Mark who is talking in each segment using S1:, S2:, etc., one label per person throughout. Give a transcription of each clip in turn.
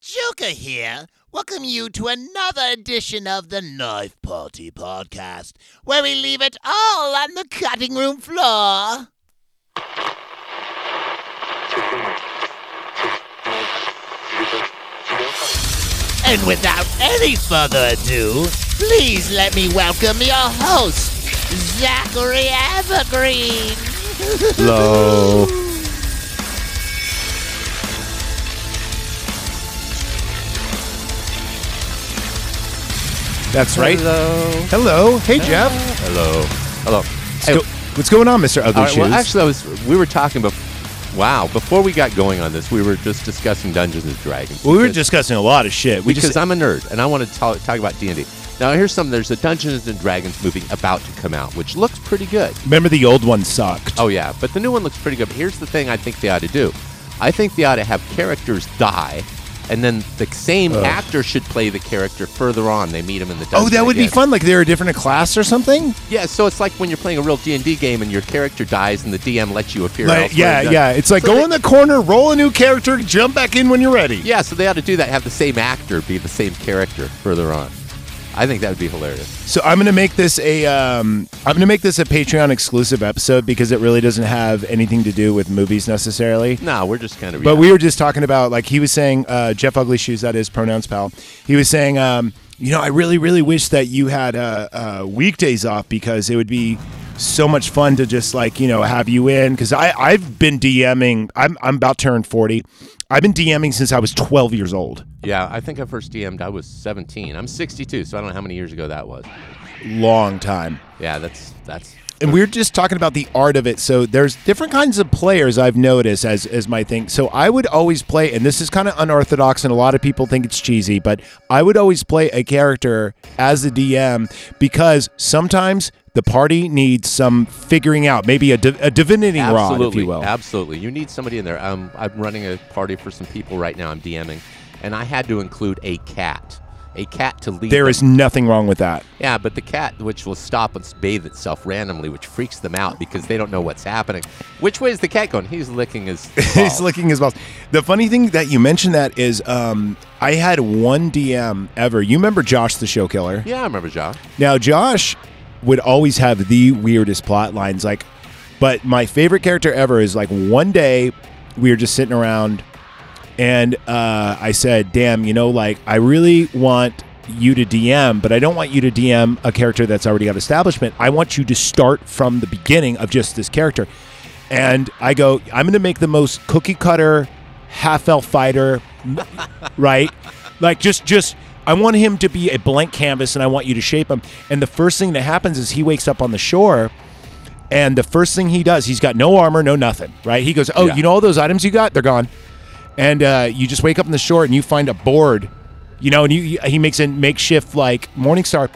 S1: Joker here. Welcome you to another edition of the Knife Party Podcast, where we leave it all on the cutting room floor. And without any further ado, please let me welcome your host, Zachary Evergreen.
S2: Hello.
S3: That's right.
S2: Hello.
S3: Hello. Hey, Jeff.
S2: Hello. Hello. Hey,
S3: Go- What's going on, Mr. Ugly
S2: all right,
S3: Shoes?
S2: well, actually, I was. We were talking about. Wow. Before we got going on this, we were just discussing Dungeons and Dragons.
S3: Well, we were
S2: because-
S3: discussing a lot of shit. We
S2: because
S3: just
S2: I'm a nerd and I want to talk, talk about D and D. Now, here's something. There's a Dungeons and Dragons movie about to come out, which looks pretty good.
S3: remember the old one sucked.
S2: Oh yeah, but the new one looks pretty good. But here's the thing: I think they ought to do. I think they ought to have characters die, and then the same actor should play the character further on. They meet him in the dungeon.
S3: Oh, that would be
S2: again.
S3: fun. Like they're a different class or something.
S2: Yeah, so it's like when you're playing a real D and D game and your character dies and the DM lets you appear.
S3: Like,
S2: elsewhere
S3: yeah,
S2: in the-
S3: yeah. It's like
S2: So
S3: go
S2: they-
S3: in the corner, roll a new character, jump back in when you're ready.
S2: Yeah, so they ought to do that. Have the same actor be the same character further on. I think that would be hilarious.
S3: So I'm gonna make this a um, I'm gonna make this a Patreon exclusive episode because it really doesn't have anything to do with movies necessarily.
S2: No, we're just kind of.
S3: But we were just talking about like he was saying uh, Jeff Ugly Shoes that is pronouns pal. He was saying um, you know I really really wish that you had uh, uh, weekdays off because it would be so much fun to just like you know have you in because I I've been DMing I'm I'm about to turn forty. I've been DMing since I was twelve years old.
S2: yeah, I think I first DM'd. I was 17. I'm 62, so I don't know how many years ago that was.
S3: Long time.
S2: Yeah, that's that's.
S3: and we are just talking about the art of it. So there's different kinds of players I've noticed as as my thing. So I would always play, and this is kind of unorthodox, and a lot of people think it's cheesy, but I would always play a character as a DM because sometimes the party needs some figuring out, maybe a, di- a divinity
S2: Absolutely,
S3: rod, if you will.
S2: absolutely. You need somebody in there. Um, I'm running a party for some people right now. I'm DMing, and I had to include a cat, a cat to lead.
S3: There
S2: them.
S3: is nothing wrong with that.
S2: Yeah, but the cat, which will stop and bathe itself randomly, which freaks them out because they don't know what's happening. Which way is the cat going? He's licking his.
S3: He's
S2: balls.
S3: licking his balls. The funny thing that you mentioned that is, um, I had one DM ever. You remember Josh the Show Killer?
S2: Yeah, I remember John.
S3: Now, Josh would always have the weirdest plot lines. Like, but my favorite character ever is like one day we were just sitting around and uh, I said, damn, you know, like, I really want you to DM, but I don't want you to DM a character that's already got establishment. I want you to start from the beginning of just this character. And I go, I'm going to make the most cookie cutter half elf fighter, right? Like just just I want him to be a blank canvas and I want you to shape him. And the first thing that happens is he wakes up on the shore and the first thing he does, he's got no armor, no nothing, right? He goes, "Oh,
S2: Yeah.
S3: you know all those items you got? They're gone." And uh, you just wake up on the shore and you find a board, you know, and you, he makes a makeshift like morning star.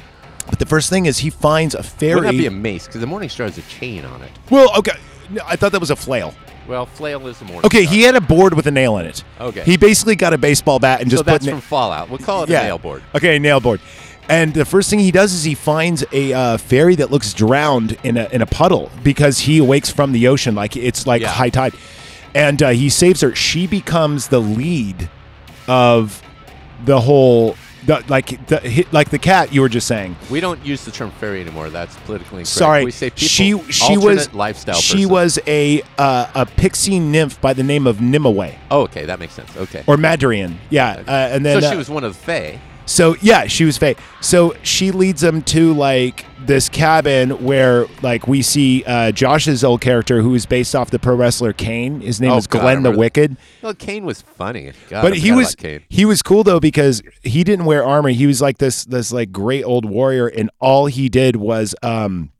S3: But the first thing is he finds a fairy.
S2: Wouldn't that be a mace? Because the Morning Star has a chain on it.
S3: well, okay, No, I thought that was a flail.
S2: Well, flail is the Morning
S3: Okay,
S2: Star.
S3: he had a board with a nail in it.
S2: Okay.
S3: he basically got a baseball bat and
S2: So
S3: just put
S2: that's
S3: na-
S2: from Fallout. We'll call it a nail board.
S3: Okay, nail board. And the first thing he does is he finds a uh, fairy that looks drowned in a, in a puddle because he awakes from the ocean. Like it's like
S2: Yeah.
S3: high tide. And uh, he saves her. She becomes the lead of the whole, the, like the hi- like the cat you were just saying.
S2: We don't use the term fairy anymore. That's politically incorrect.
S3: Sorry,
S2: We say people,
S3: she she
S2: alternate
S3: was
S2: lifestyle.
S3: She
S2: person.
S3: was a uh, a pixie nymph by the name of Nimue
S2: Oh, okay, that makes sense. Okay.
S3: or Madrian. Yeah, uh, and then
S2: so
S3: uh,
S2: she was one of the fae.
S3: So yeah, she was fake. So she leads them to like this cabin where like we see uh, Josh's old character who is based off the pro wrestler Kane. His name
S2: Oh,
S3: is
S2: God, I
S3: Glenn the
S2: remember-
S3: Wicked.
S2: Well, Kane was funny. God,
S3: But
S2: I
S3: he
S2: forgot
S3: was
S2: about Kane.
S3: he was cool though because he didn't wear armor. He was like this this like great old warrior and all he did was um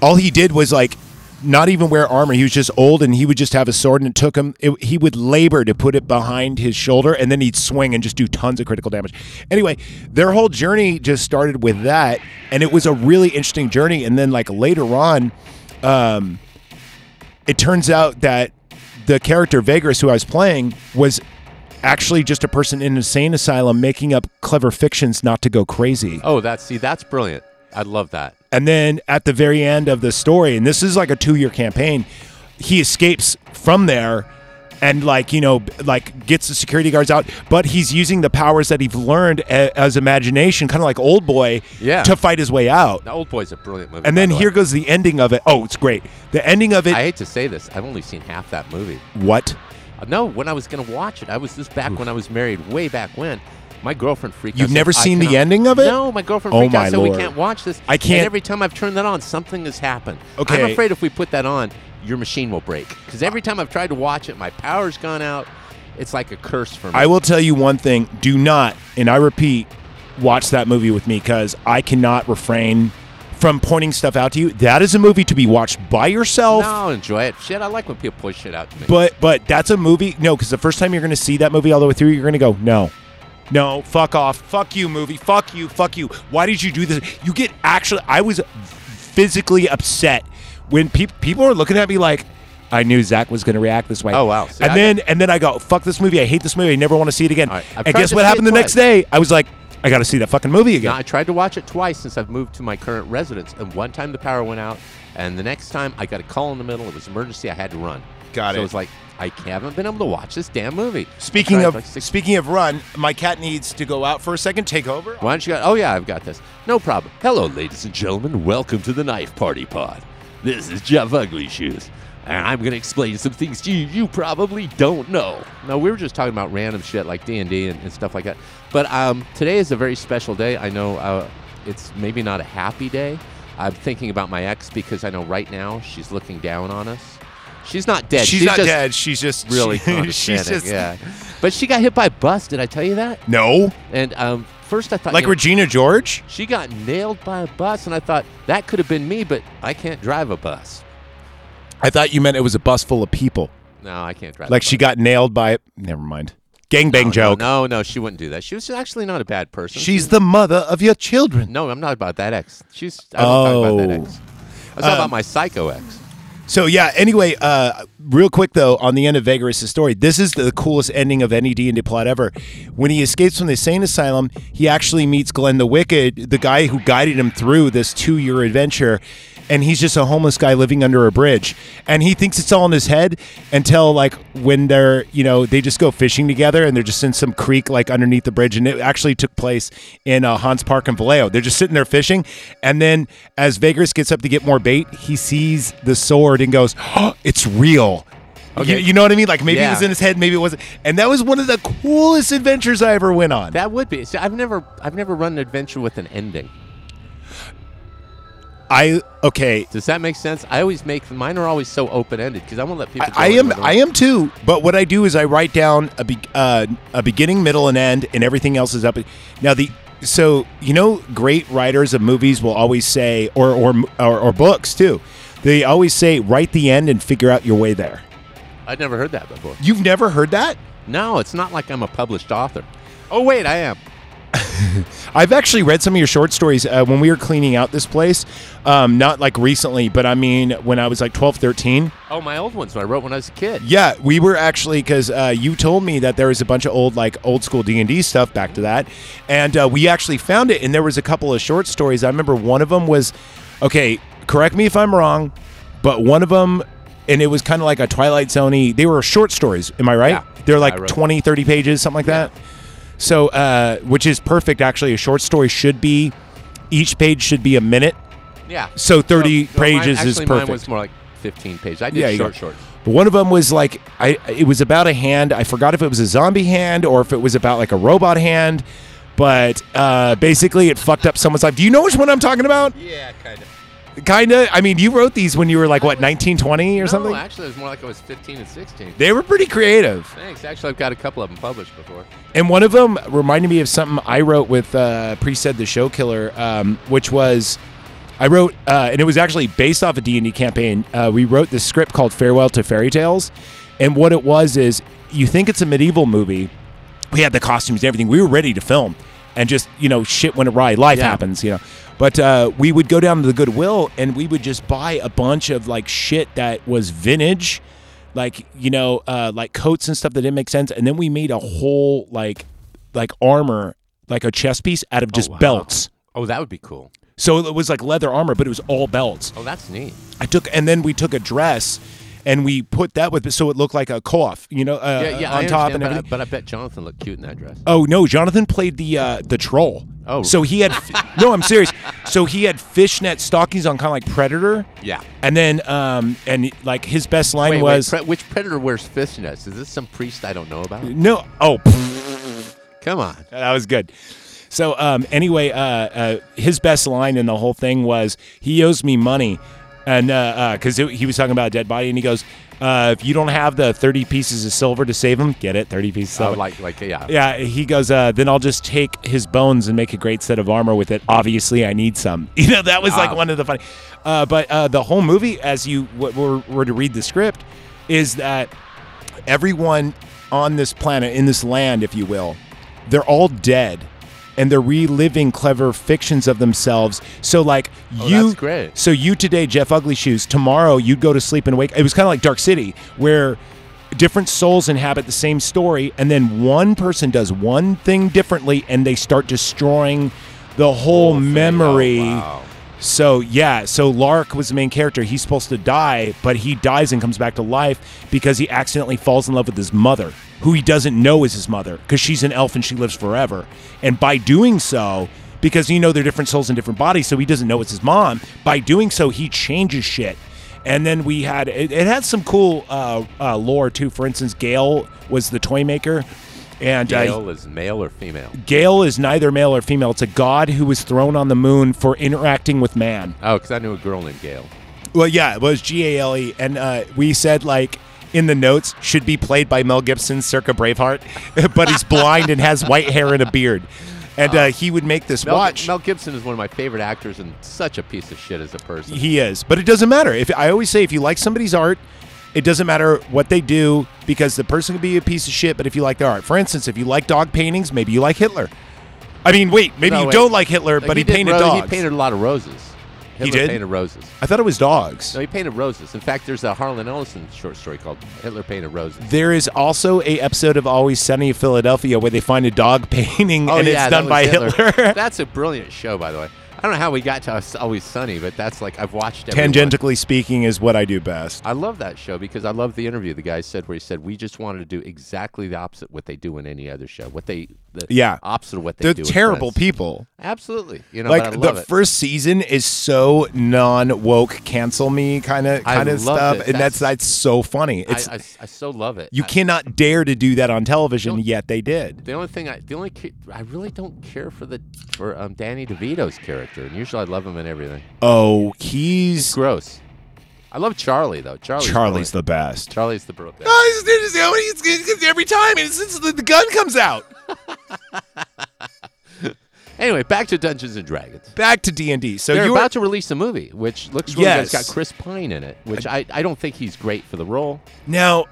S3: all he did was like not even wear armor. He was just old and he would just have a sword and it took him it, he would labor to put it behind his shoulder and then he'd swing and just do tons of critical damage. Anyway, their whole journey just started with that and it was a really interesting journey and then like later on um it turns out that the character Vagris, who I was playing, was actually just a person in an insane asylum making up clever fictions not to go crazy.
S2: Oh, that's see, that's brilliant. I love that.
S3: And then at the very end of the story, and this is like a two year campaign, he escapes from there and like you know b- like gets the security guards out but he's using the powers that he's learned a- as imagination kind of like old boy
S2: Yeah.
S3: to fight his way out
S2: The Old Boy's a brilliant movie.
S3: and
S2: by
S3: then
S2: the way.
S3: here goes the ending of it oh it's great the ending of it
S2: I hate to say this. I've only seen half that movie.
S3: what
S2: Uh, No, when I was going to watch it, I was this back when I was married, way back when. My girlfriend freaked.
S3: You've
S2: out, said,
S3: never
S2: "I
S3: seen the
S2: cannot-"
S3: ending of it?
S2: No, my girlfriend
S3: Oh
S2: freaked
S3: my
S2: out, so we
S3: lord.
S2: can't watch this.
S3: I
S2: And
S3: can't-
S2: every time I've turned that on, something has happened. I'm
S3: Okay.
S2: afraid if we put that on, your machine will break. Because every time I've tried to watch it, my power's gone out. It's like a curse for me.
S3: I will tell you one thing: do not, and I repeat, watch that movie with me because I cannot refrain from pointing stuff out to you. That is a movie to be watched by yourself.
S2: no, I'll enjoy it. Shit, I like when people push shit out to me.
S3: But but that's a movie. No, because the first time you're going to see that movie all the way through, you're going to go no. No, fuck off. Fuck you, movie. Fuck you. Fuck you. Why did you do this? You get actually. I was physically upset when peop people were looking at me like, I knew Zach was going to react this way.
S2: Oh, wow. See,
S3: and
S2: I-
S3: then and then I go, fuck this movie. I hate this movie. I never want to see it again.
S2: All right, I've
S3: and
S2: tried
S3: guess
S2: to
S3: what
S2: see
S3: happened
S2: it
S3: the next day? I was like, I got to see that fucking movie again.
S2: Now, I tried to watch it twice since I've moved to my current residence, and one time the power went out, and the next time I got a call in the middle. It was emergency. I had to run.
S3: Got
S2: so
S3: it.
S2: it's like I haven't been able to watch this damn movie. I
S3: Speaking
S2: tried
S3: of
S2: like six-
S3: speaking of run, my cat needs to go out for a second. Take over.
S2: why don't you go? Oh yeah, I've got this. No problem. Hello, ladies and gentlemen. Welcome to the Knife Party Pod. This is Jeff Ugly Shoes, and I'm gonna explain some things to you you probably don't know. No, we were just talking about random shit like D and D and stuff like that. But um, today is a very special day. I know uh, it's maybe not a happy day. I'm thinking about my ex because I know right now she's looking down on us. She's not dead.
S3: She's, not
S2: just
S3: dead. She's just
S2: Really
S3: she's
S2: condescending,
S3: just
S2: yeah. But she got hit by a bus. Did I tell you that?
S3: no,
S2: And um, first I thought
S3: like
S2: you know,
S3: Regina George.
S2: she got nailed by a bus, and I thought that could have been me, but I can't drive a bus.
S3: I thought you meant it was a bus full of people.
S2: No, I can't drive.
S3: Like
S2: a bus.
S3: she got nailed by. Never mind. Gangbang
S2: no,
S3: joke.
S2: No, no, she wouldn't do that. She was actually not a bad person.
S3: She's the mother of your children.
S2: no, I'm not about that ex. She's. I don't talk about that
S3: Oh.
S2: ex. I was talking about my psycho ex.
S3: So yeah. Anyway, uh, real quick though, on the end of Vagaris' story, this is the coolest ending of any D and D plot ever. When he escapes from the insane asylum, he actually meets Glenn the Wicked, the guy who guided him through this two-year adventure, and he's just a homeless guy living under a bridge, and he thinks it's all in his head until like when they're you know they just go fishing together and they're just in some creek like underneath the bridge, and it actually took place in uh, Hans Park and Vallejo. They're just sitting there fishing, and then as Vegas gets up to get more bait, he sees the sword and goes, oh, "It's real."
S2: Okay.
S3: You, you know what I mean? Like maybe it
S2: Yeah.
S3: was in his head, maybe it wasn't. And that was one of the coolest adventures I ever went on.
S2: That would be. See, I've never, I've never run an adventure with an ending.
S3: I okay,
S2: Does that make sense? I always make mine are always so open ended because I want to let people.
S3: I, I
S2: go in
S3: am
S2: with their
S3: I
S2: own-
S3: am too. But what I do is I write down a be, uh, a beginning, middle, and end, and everything else is up. Now the so you know great writers of movies will always say or or or, or books too. They always say write the end and figure out your way there.
S2: I'd never heard that before.
S3: You've never heard that?
S2: No, it's not like I'm a published author. Oh wait, I am.
S3: I've actually read some of your short stories uh, when we were cleaning out this place. Um, not like recently, but I mean when I was like 12, 13.
S2: Oh, my old ones I wrote when I was a kid.
S3: Yeah, we were actually because uh, you told me that there was a bunch of old like old school D and D stuff back to that, and uh, we actually found it. And there was a couple of short stories. I remember one of them was, okay, correct me if I'm wrong, but one of them, and it was kind of like a Twilight Zoney. They were short stories. Am I right?
S2: Yeah.
S3: They're
S2: I
S3: like
S2: wrote-
S3: 20, 30 pages, something like that. So, uh, which is perfect. Actually, a short story should be each page should be a minute.
S2: Yeah.
S3: So thirty
S2: No, no, mine-
S3: pages is
S2: actually Mine
S3: perfect.
S2: was more like 15 pages. I did
S3: Yeah, you
S2: short
S3: got-
S2: shorts.
S3: But one of them was like I it was about a hand. I forgot if it was a zombie hand or if it was about like a robot hand. But uh, basically, it fucked up someone's life. Do you know which one I'm talking about?
S2: Yeah, kind of.
S3: Kinda. I mean, you wrote these when you were like what 19, 20 or
S2: No,
S3: something.
S2: actually, it was more like I was 15 and 16.
S3: They were pretty creative.
S2: Thanks. Actually, I've got a couple of them published before.
S3: And one of them reminded me of something I wrote with uh, Preset the Show Killer, um, which was I wrote, uh, and it was actually based off a D and D campaign. Uh, we wrote this script called "Farewell to Fairy Tales," and what it was is you think it's a medieval movie. We had the costumes and everything. We were ready to film, and just you know, shit went awry. Life
S2: Yeah.
S3: happens, you know. But uh, we would go down to the Goodwill and we would just buy a bunch of like shit that was vintage, like you know, uh, like coats and stuff that didn't make sense. And then we made a whole like like armor, like a chest piece out of just
S2: wow.
S3: belts.
S2: Oh, that would be cool.
S3: So it was like leather armor, but it was all belts.
S2: Oh, that's neat.
S3: I took, and then we took a dress and we put that with so it looked like a coif, you know, uh,
S2: yeah, yeah,
S3: on
S2: I
S3: top
S2: understand,
S3: and everything.
S2: but I- But I, bet Jonathan looked cute in that dress.
S3: Oh no, Jonathan played the uh, the troll.
S2: Oh.
S3: so he had no. I'm serious. So he had fishnet stockings on, kind of like Predator.
S2: Yeah.
S3: and then um and like his best line
S2: Wait, wait,
S3: was
S2: pre- which predator wears fishnets? Is this some priest I don't know about?
S3: no. Oh, pff,
S2: Come on.
S3: that was good. So um anyway, uh, uh his best line in the whole thing was he owes me money, and uh because he was talking about a dead body, and he goes. Uh, if you don't have the 30 pieces of silver to save him, get it, 30 pieces of
S2: So
S3: silver.
S2: like, like, yeah.
S3: Uh, Yeah, he goes, uh, then I'll just take his bones and make a great set of armor with it. Obviously, I need some. You know, that was like
S2: Wow.
S3: one of the funny. Uh, but uh, the whole movie, as you w- were, were to read the script, is that everyone on this planet, in this land, if you will, they're all dead. And they're reliving clever fictions of themselves. So, like you,
S2: Oh, that's great.
S3: so you today, Jeff Ugly Shoes. Tomorrow, you'd go to sleep and wake. It was kind of like Dark City, where different souls inhabit the same story, and then one person does one thing differently, and they start destroying the whole memory.
S2: Oh, wow.
S3: So yeah, so Lark was the main character. He's supposed to die, but he dies and comes back to life because he accidentally falls in love with his mother, who he doesn't know is his mother because she's an elf and she lives forever. And by doing so, because you know they're different souls and different bodies, so he doesn't know it's his mom. By doing so, he changes shit. And then we had it, it had some cool uh, uh, lore too. For instance, Gale was the toy maker, and Uh,
S2: Gale is male or female?
S3: Gale is neither male or female. It's a god who was thrown on the moon for interacting with man.
S2: Oh, because I knew a girl named Gale.
S3: Well, yeah, it was G A L E, and uh, we said like in the notes should be played by Mel Gibson circa Braveheart, but he's blind and has white hair and a beard, and uh, he would make this
S2: Mel,
S3: watch.
S2: Mel Gibson is one of my favorite actors and such a piece of shit as a person.
S3: he is, but it doesn't matter. If I always say, if you like somebody's art. It doesn't matter what they do because the person could be a piece of shit, but if you like their art, for instance, if you like dog paintings, maybe you like Hitler. I mean, wait, maybe
S2: No,
S3: you
S2: wait.
S3: don't like Hitler,
S2: Like,
S3: but he,
S2: did
S3: painted
S2: ro-
S3: dogs.
S2: He painted a lot of roses. Hitler
S3: did?
S2: painted roses.
S3: I thought it was dogs.
S2: No, he painted roses. In fact, there's a Harlan Ellison short story called Hitler Painted Roses.
S3: There is also a episode of Always Sunny in Philadelphia where they find a dog painting and
S2: Oh, yeah,
S3: it's
S2: that
S3: done
S2: was
S3: by Hitler.
S2: that's a brilliant show, by the way. I don't know how we got to Us- Always Sunny, but that's like I've watched every one.
S3: Tangentially speaking, is what I do best.
S2: I love that show because I love the interview the guy said where he said we just wanted to do exactly the opposite what they do in any other show. What they the
S3: Yeah.
S2: opposite of what they
S3: They're
S2: do. with
S3: terrible
S2: friends.
S3: people.
S2: Absolutely. You know, but I
S3: Like
S2: love
S3: the
S2: it.
S3: first season is so non woke, cancel me kind of
S2: I
S3: kind of
S2: loved
S3: stuff,
S2: it.
S3: and that's
S2: That's-
S3: that's so funny. It's
S2: I, I, I so love it.
S3: you
S2: I-
S3: cannot dare to do that on television, yet they did.
S2: the only thing I the only ca- I really don't care for the for um, Danny DeVito's character, and usually I love him in everything.
S3: Oh, he's
S2: Gross. I love Charlie though. Charlie's
S3: Charlie's
S2: brilliant.
S3: the best.
S2: Charlie's the broke. guy.
S3: Oh, it's- it's- it's- it's every time, and since the the gun comes out.
S2: Anyway, back to Dungeons and Dragons.
S3: Back to D and D. So
S2: They're
S3: you were-
S2: about to release a movie, which looks really good.
S3: Yes.
S2: It's got Chris Pine in it, which I, I don't think he's great for the role.
S3: Now,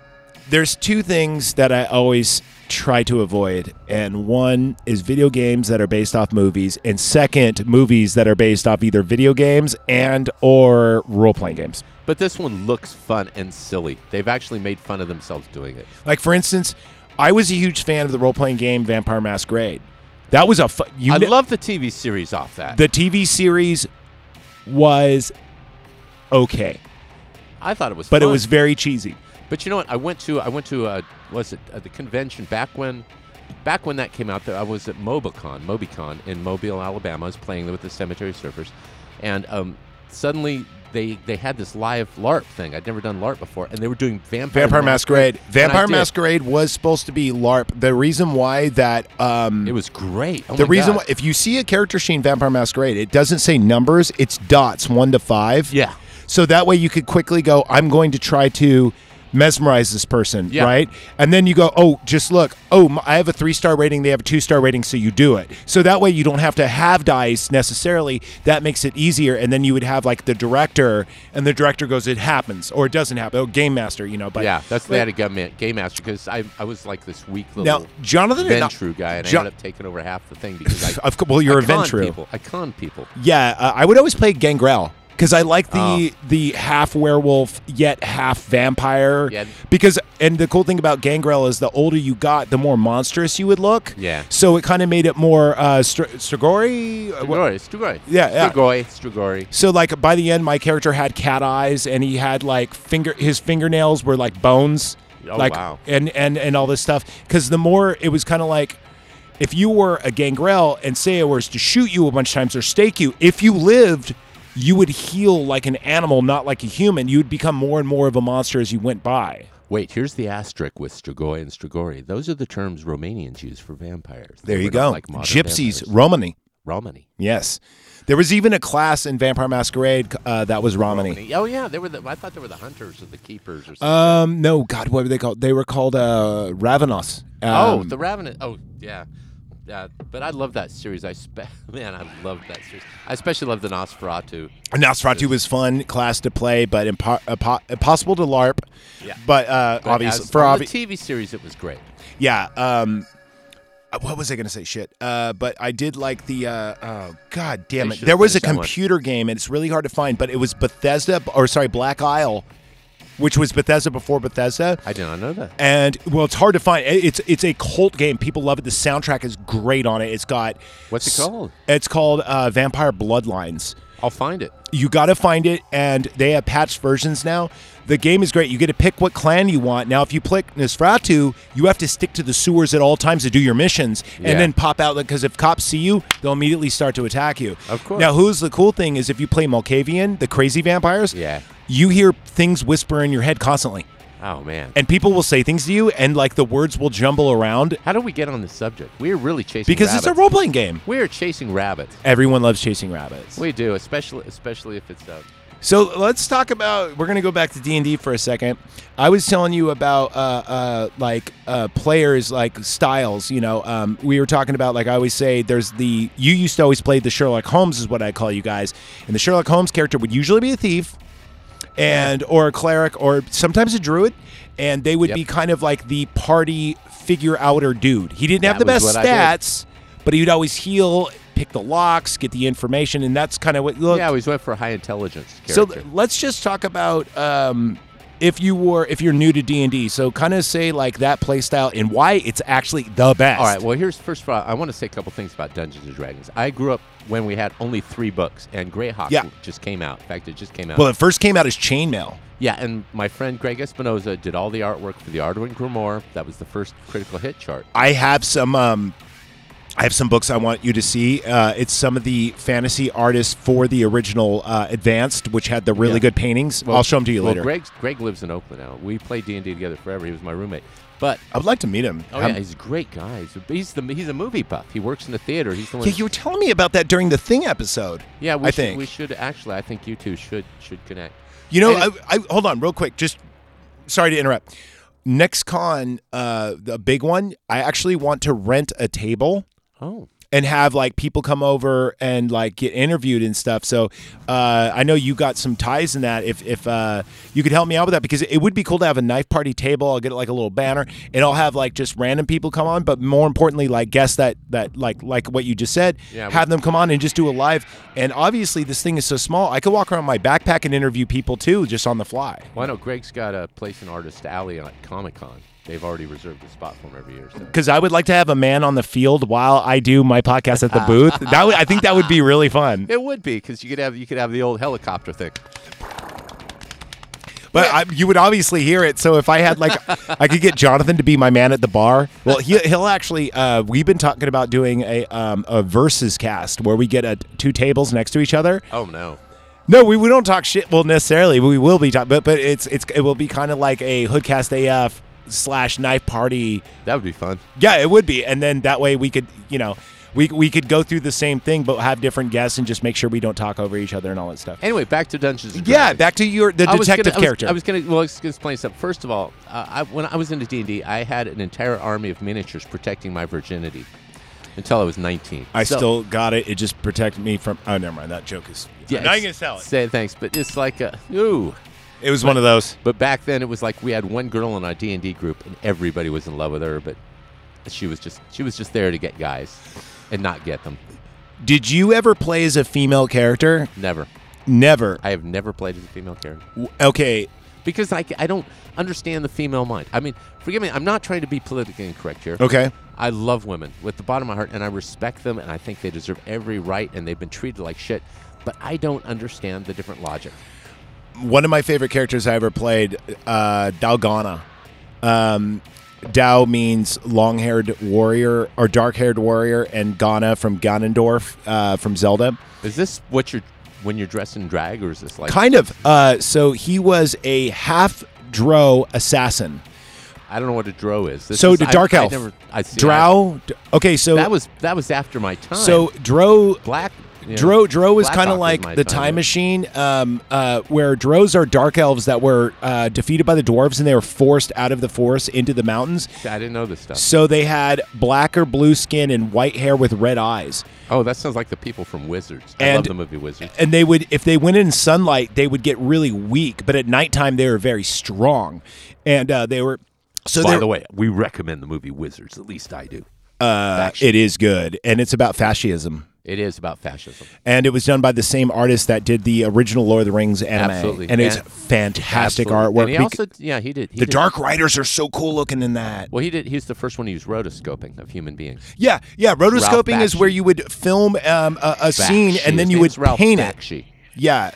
S3: there's two things that I always try to avoid, and one is video games that are based off movies, and second, movies that are based off either video games and or role-playing games.
S2: But this one looks fun and silly. They've actually made fun of themselves doing it.
S3: Like for instance, I was a huge fan of the role-playing game Vampire Masquerade. That was a fu- you
S2: I
S3: kn-
S2: love the TV series off that.
S3: the TV series was okay,
S2: I thought it was,
S3: but it
S2: fun.
S3: was very cheesy.
S2: But you know what? I went to I went to uh, was it uh, the convention back when, back when that came out. There I was at Mobicon, Mobicon in Mobile, Alabama. I was playing with the Cemetery Surfers, and um, suddenly they they had this live LARP thing. I'd never done LARP before, and they were doing Vampire
S3: Vampire Masquerade. Vampire
S2: did.
S3: Masquerade was supposed to be LARP. The reason why that um,
S2: It was great. Oh
S3: The
S2: my
S3: reason why,
S2: God.
S3: if you see a character sheet in Vampire Masquerade, it doesn't say numbers, it's dots one to five.
S2: Yeah.
S3: So that way you could quickly go, I'm going to try to mesmerize this person,
S2: Yeah.
S3: right? And then you go, oh, just look, oh, m- I have a three star rating, they have a two star rating, so you do it. So that way you don't have to have dice necessarily. That makes it easier. And then you would have like the director, and the director goes, it happens, or it doesn't happen. Oh, game master, you know, but
S2: yeah, that's they had a game, ma- game master because I, I was like this weak little
S3: Now, Jonathan and I-
S2: Ventru guy, and
S3: Jo-
S2: I ended up taking over half the thing because I
S3: Of cou- well, you're
S2: I
S3: a
S2: con
S3: Ventru.
S2: people. I con people.
S3: Yeah, uh, I would always play Gangrel because I like
S2: Oh.
S3: the the half werewolf yet half vampire.
S2: Yeah.
S3: Because and the cool thing about Gangrel is the older you got, the more monstrous you would look.
S2: Yeah.
S3: So it kind of made it more uh, Str- Strigoi. Uh, wha-
S2: Strigoi, Strigoi.
S3: Yeah, yeah.
S2: Strigoi, Strigoi.
S3: So like by the end, my character had cat eyes, and he had like finger. His fingernails were like bones,
S2: Oh,
S3: like
S2: wow.
S3: and and and all this stuff. Because the more it was kind of like, if you were a gangrel and say it was to shoot you a bunch of times or stake you, if you lived, you would heal like an animal, not like a human. You'd become more and more of a monster as you went by.
S2: Wait, here's the asterisk with Strigoi and Strigoi. Those are the terms Romanians use for vampires.
S3: There
S2: They
S3: you
S2: were not
S3: go.
S2: Like modern
S3: Gypsies,
S2: vampires.
S3: Romany.
S2: Romani.
S3: Yes, there was even a class in Vampire Masquerade uh, that was Romany.
S2: Oh yeah, they were. The, I thought they were the hunters or the keepers or something.
S3: Um, no, God, what were they called? They were called uh, Ravenos.
S2: oh,
S3: Um,
S2: the Ravenous. Oh yeah, yeah. But I love that series. I spe- man, I love that series. I especially love the Nosferatu.
S3: Nosferatu was fun class to play, but impo- impo- impossible to LARP.
S2: Yeah.
S3: But, uh,
S2: But
S3: obviously,
S2: as-
S3: for
S2: on the
S3: obvious,
S2: TV series, it was great.
S3: yeah. Um, uh, what was I gonna say? Shit. Uh, but I did like the. Uh, oh God damn
S2: They
S3: it!
S2: should've
S3: There was a
S2: finished that one.
S3: computer game, and it's really hard to find. But it was Bethesda, or sorry, Black Isle, which was Bethesda before Bethesda.
S2: I did not know that.
S3: and well, it's hard to find. It- It's it's a cult game. People love it. The soundtrack is great on it. It's got
S2: What's it
S3: s-
S2: called?
S3: It's called uh, Vampire Bloodlines.
S2: I'll find it.
S3: You got to find it, and they have patched versions now. The game is great. You get to pick what clan you want. Now, if you pick Nosferatu, you have to stick to the sewers at all times to do your missions,
S2: Yeah.
S3: and then pop out because if cops see you, they'll immediately start to attack you.
S2: Of course.
S3: Now, who's the cool thing is if you play Malkavian, the crazy vampires.
S2: Yeah.
S3: You hear things whisper in your head constantly
S2: Oh man.
S3: and people will say things to you and like the words will jumble around
S2: How do we get on this subject? We're really chasing
S3: because it's a
S2: rabbits.
S3: role playing game.
S2: We're chasing rabbits.
S3: Everyone loves chasing rabbits.
S2: We do, especially especially if it's uh,
S3: So let's talk about we're going to go back to D&D for a second. I was telling you about uh, uh, like uh, players like styles, you know, um, we were talking about like I always say there's the you used to always play the Sherlock Holmes is what I call you guys. And the Sherlock Holmes character would usually be a thief and or a cleric or sometimes a druid and they would
S2: Yep.
S3: be kind of like the party figure outer dude. He didn't have
S2: That
S3: the
S2: was
S3: best
S2: what I did.
S3: stats, but he'd always heal, pick the locks, get the information and that's kind of what look
S2: yeah. I always went for high intelligence
S3: so
S2: character.
S3: th- let's just talk about um, if you were if you're new to D and D. So kind of say like that play style and why it's actually the best.
S2: All right. Well, here's first of all, I want to say a couple things about Dungeons and Dragons. I grew up when we had only three books, and Greyhawk
S3: Yeah.
S2: just came out. In fact, it just came out.
S3: Well, it first came out as chainmail.
S2: yeah, and my friend Greg Espinoza did all the artwork for the Arduin Grimoire. That was the first critical hit chart.
S3: I have some. Um, I have some books I want you to see. Uh, it's some of the fantasy artists for the original uh, Advanced, which had the really
S2: Yeah.
S3: good paintings. I'll show them to you
S2: well,
S3: later.
S2: Greg's, Greg lives in Oakland now. We played D and D together forever. He was my roommate, but.
S3: I would like to meet Um, him.
S2: Oh
S3: I'm-
S2: yeah, he's a great guy. He's a, he's the he's a movie buff. He works in the theater. He's the one.
S3: yeah, you were telling me about that during the Thing episode.
S2: yeah, we
S3: I
S2: should,
S3: think
S2: we should actually. I think you two should should connect.
S3: You know,
S2: And
S3: I, I hold on real quick. Just sorry to interrupt. Next con, uh, the big one. I actually want to rent a table
S2: Oh,
S3: and have like people come over and like get interviewed and stuff. So uh, I know you got some ties in that. If if uh, you could help me out with that, because it would be cool to have a knife party table. I'll get like a little banner, and I'll have like just random people come on. But more importantly, like guests that that like like what you just said,
S2: Yeah,
S3: have them come on and just do a live. And obviously, this thing is so small. I could walk around my backpack and interview people too, just on the fly.
S2: Well, I know Greg's got a place in Artist Alley at Comic Con. They've already reserved a spot for him every year. So.
S3: Because I would like to have a man on the field while I do my podcast at the booth. That would, I think that would be really fun.
S2: It would be because you could have you could have the old helicopter thing.
S3: But I, you would obviously hear it. So if I had like, I could get Jonathan to be my man at the bar. Well, he, he'll actually. Uh, we've been talking about doing a um, a versus cast where we get a, two tables next to each other.
S2: Oh no!
S3: No, we, we don't talk shit. Well, necessarily, we will be talking. But but it's it's it will be kind of like a hoodcast AF slash knife party.
S2: That would be fun.
S3: Yeah, it would be. And then that way we could you know. We, we could go through the same thing, but have different guests and just make sure we don't talk over each other and all that stuff.
S2: Anyway, back to Dungeons. And
S3: Yeah,
S2: Dragons.
S3: back to your the
S2: I was
S3: detective
S2: gonna- I was-
S3: character.
S2: I was going to well, let's explain something. First of all, uh, I, when I was into D and I had an entire army of miniatures protecting my virginity until I was nineteen.
S3: I
S2: So-
S3: still got it. It just protected me from. Oh, never mind. That joke is.
S2: Yeah,
S3: now
S2: it's-
S3: you can sell it.
S2: Say thanks, but it's like a ooh.
S3: It was one of those.
S2: But back then, it was like we had one girl in our D and D group, and everybody was in love with her. But she was just she was just there to get guys, and not get them.
S3: Did you ever play as a female character?
S2: Never.
S3: Never.
S2: I have never played as a female character
S3: W- Okay.
S2: because I, I don't understand the female mind. I mean, forgive me, I'm not trying to be politically incorrect here.
S3: Okay.
S2: I love women with the bottom of my heart, and I respect them, and I think they deserve every right, and they've been treated like shit. But I don't understand the different logic.
S3: One of my favorite characters I ever played, uh, Dalgana. Um, Dao means long-haired warrior or dark-haired warrior, and Ghana from Ganondorf uh, from Zelda.
S2: Is this what you're when you're dressed in drag, or is this like
S3: Kind of. Uh, so he was a half Drow assassin.
S2: I don't know what a drow is? This
S3: so
S2: is,
S3: the
S2: I-
S3: dark
S2: I
S3: elf,
S2: never- I see-
S3: Drow. d- Okay, so
S2: I- that was that was after my time.
S3: so Drow
S2: black. you know,
S3: Dro Dro is
S2: Black
S3: kind
S2: Hawk
S3: of
S2: was
S3: like
S2: my
S3: the
S2: time.
S3: Time Machine, um, uh, where Dros are dark elves that were uh, defeated by the dwarves and they were forced out of the forest into the mountains.
S2: I didn't know this stuff.
S3: So they had black or blue skin and white hair with red eyes.
S2: Oh, that sounds like the people from Wizards. I love
S3: And-
S2: the movie Wizards.
S3: And they would, if they went in sunlight, they would get really weak. But at nighttime, they were very strong, and uh, they were. So
S2: By
S3: they're-
S2: the way, we recommend the movie Wizards. At least I do.
S3: uh, it is good, and it's about fascism.
S2: It is about fascism.
S3: And it was done by the same artist that did the original Lord of the Rings anime,
S2: Absolutely.
S3: and it's
S2: And-
S3: fantastic
S2: Absolutely.
S3: artwork.
S2: And he
S3: bec-
S2: also, yeah, he did. He
S3: The
S2: did-
S3: Dark Riders are so cool looking in that.
S2: Well, he did. He's the first one to use rotoscoping of human beings.
S3: Yeah, yeah. Rotoscoping is
S2: Bakshi.
S3: where you would film um, a, a scene
S2: Bakshi.
S3: and then
S2: His
S3: you would
S2: name's Ralph
S3: paint it.
S2: Bakshi.
S3: Yeah,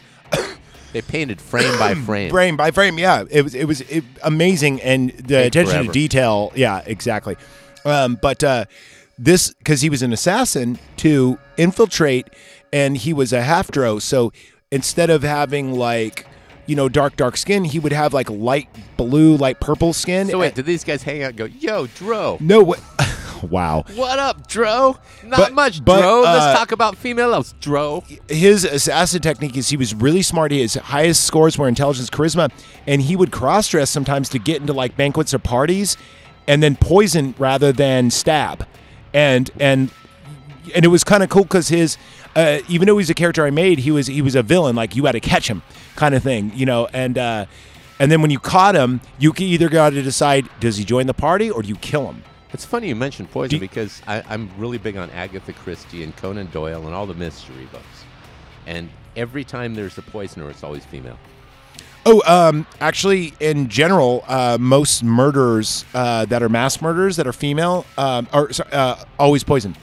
S2: They painted frame by frame.
S3: frame by frame. Yeah, it was it was it, amazing and the attention
S2: forever.
S3: to detail. Yeah, exactly. Um, but uh, this because he was an assassin to infiltrate, and he was a half dro. So instead of having like you know dark dark skin, he would have like light blue, light purple skin.
S2: So wait, did these guys hang out? and Go, yo, Dro.
S3: no, what? wow.
S2: What up, Dro? Not
S3: But-
S2: much,
S3: but,
S2: Dro.
S3: uh,
S2: Let's talk about female elves, Dro.
S3: his assassin technique is he was really smart. His highest scores were intelligence, charisma, and he would cross dress sometimes to get into like banquets or parties, and then poison rather than stab, and and and it was kind of cool because his. Uh, even though he's a character I made, he was he was a villain, like you had to catch him, kind of thing, you know. And uh, and then when you caught him, you c- either got to decide does he join the party or do you kill him?
S2: It's funny you mentioned
S3: Do-
S2: poison because I, I'm really big on Agatha Christie and Conan Doyle and all the mystery books. And every time there's a poisoner, it's always female.
S3: Oh, um, actually, in general, uh, most murders uh, that are mass murders that are female um, are sorry, uh, always poison.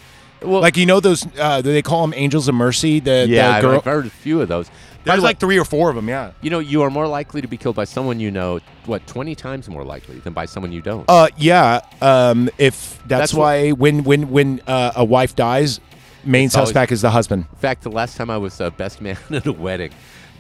S2: Well,
S3: Like you know those uh, they call them angels of mercy. The, the
S2: yeah, I've-
S3: girl.
S2: I've heard a few of those. By
S3: There's
S2: the way,
S3: like three or four of them. Yeah.
S2: you know, you are more likely to be killed by someone you know. What, 20 times more likely than by someone you don't.
S3: Uh, yeah. Um, if that's,
S2: That's what-
S3: why when when when uh, a wife dies, main
S2: always-
S3: suspect is the husband.
S2: In fact, the last time I was uh, best man at a wedding,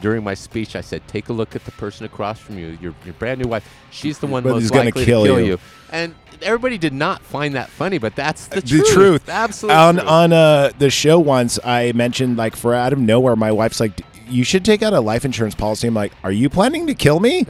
S2: during my speech, I said, "Take a look at the person across from you, your, your brand new wife. She's the one
S3: But
S2: most
S3: he's gonna
S2: likely
S3: kill
S2: to kill
S3: you."
S2: you." And everybody did not find that funny, but that's
S3: The
S2: the, truth.
S3: truth.
S2: Absolutely.
S3: On on uh, the show once, I mentioned like for out of nowhere, my wife's like, "D- "You should take out a life insurance policy." I'm like, "Are you planning to kill me?"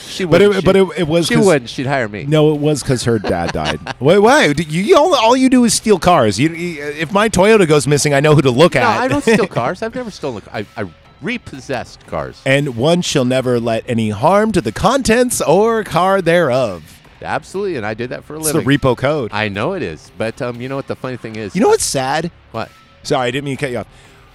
S2: she
S3: But
S2: wouldn't.
S3: it, but it, it was
S2: she, she
S3: 'cause-
S2: wouldn't. She'd hire me.
S3: No, it was because her dad died. Wait, why? Do You, you all, all you do is steal cars. You, you- if my Toyota goes missing, I know who to look
S2: No,
S3: at.
S2: I don't steal cars. I've never stolen. a car. I, I repossessed cars.
S3: and one shall never let any harm to the contents or car thereof.
S2: Absolutely, and I did that for a
S3: It's the
S2: living.
S3: repo code.
S2: I know it is, but um, you know what the funny thing is?
S3: you know what's sad?
S2: what?
S3: Sorry, I didn't mean to cut you off.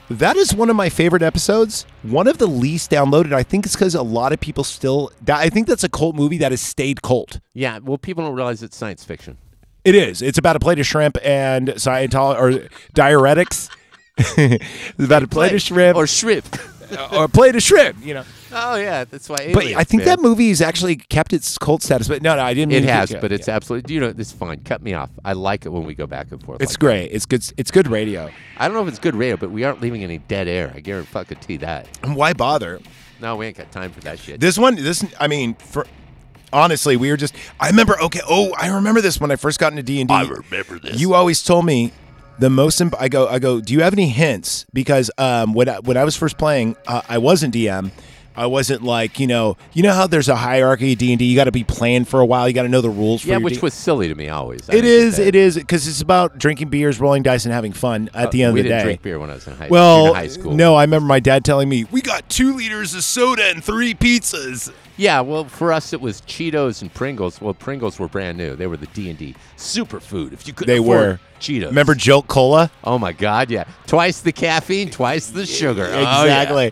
S3: That is one of my favorite episodes. One of the least downloaded. I think it's because a lot of people still. That, I think that's a cult movie that has stayed cult.
S2: Yeah. Well, people don't realize it's science fiction.
S3: It is. It's about a plate of shrimp and Scientology or diuretics. it's about a plate of shrimp
S2: or shrimp.
S3: or a plate of shrimp, you know.
S2: Oh yeah, that's why.
S3: But
S2: aliens,
S3: I think
S2: man.
S3: that movie's actually kept its cult status. But no, no, I didn't.
S2: it
S3: mean to-
S2: has,
S3: yeah,
S2: but it's
S3: yeah.
S2: absolutely. You know, it's fine. Cut me off. I like it when we go back and forth.
S3: it's
S2: like
S3: great. It's good. It's good radio.
S2: that. I don't know if it's good radio, but we aren't leaving any dead air. I guarantee that.
S3: And why bother?
S2: No, we ain't got time for that shit.
S3: This one, this I mean, for honestly, we were just. I remember. Okay. Oh, I remember this when I first got into D and I remember this. You always told me the most. Imp- I go. I go. Do you have any hints? Because um, when I, when I was first playing, uh, I wasn't DM. I wasn't like you know. You know how there's a hierarchy of D and D. You got to be playing for a while. You got to know the rules. for
S2: yeah,
S3: your
S2: which
S3: D-
S2: was silly to me always. I
S3: It
S2: didn't
S3: is.
S2: get that.
S3: It is because it's about drinking beers, rolling dice, and having fun at the end
S2: Uh, we
S3: of the
S2: didn't
S3: day.
S2: drink beer when I was in high,
S3: well,
S2: junior high school.
S3: no, I remember my dad telling me we got two liters of soda and three pizzas.
S2: Yeah, well, for us it was Cheetos and Pringles. Well, Pringles were brand new. They were the D and D superfood. If you could,
S3: They were.
S2: Cheetos.
S3: Remember Jolt Cola?
S2: Oh my God! Yeah, twice the caffeine, twice the sugar. Oh, yeah.
S3: exactly.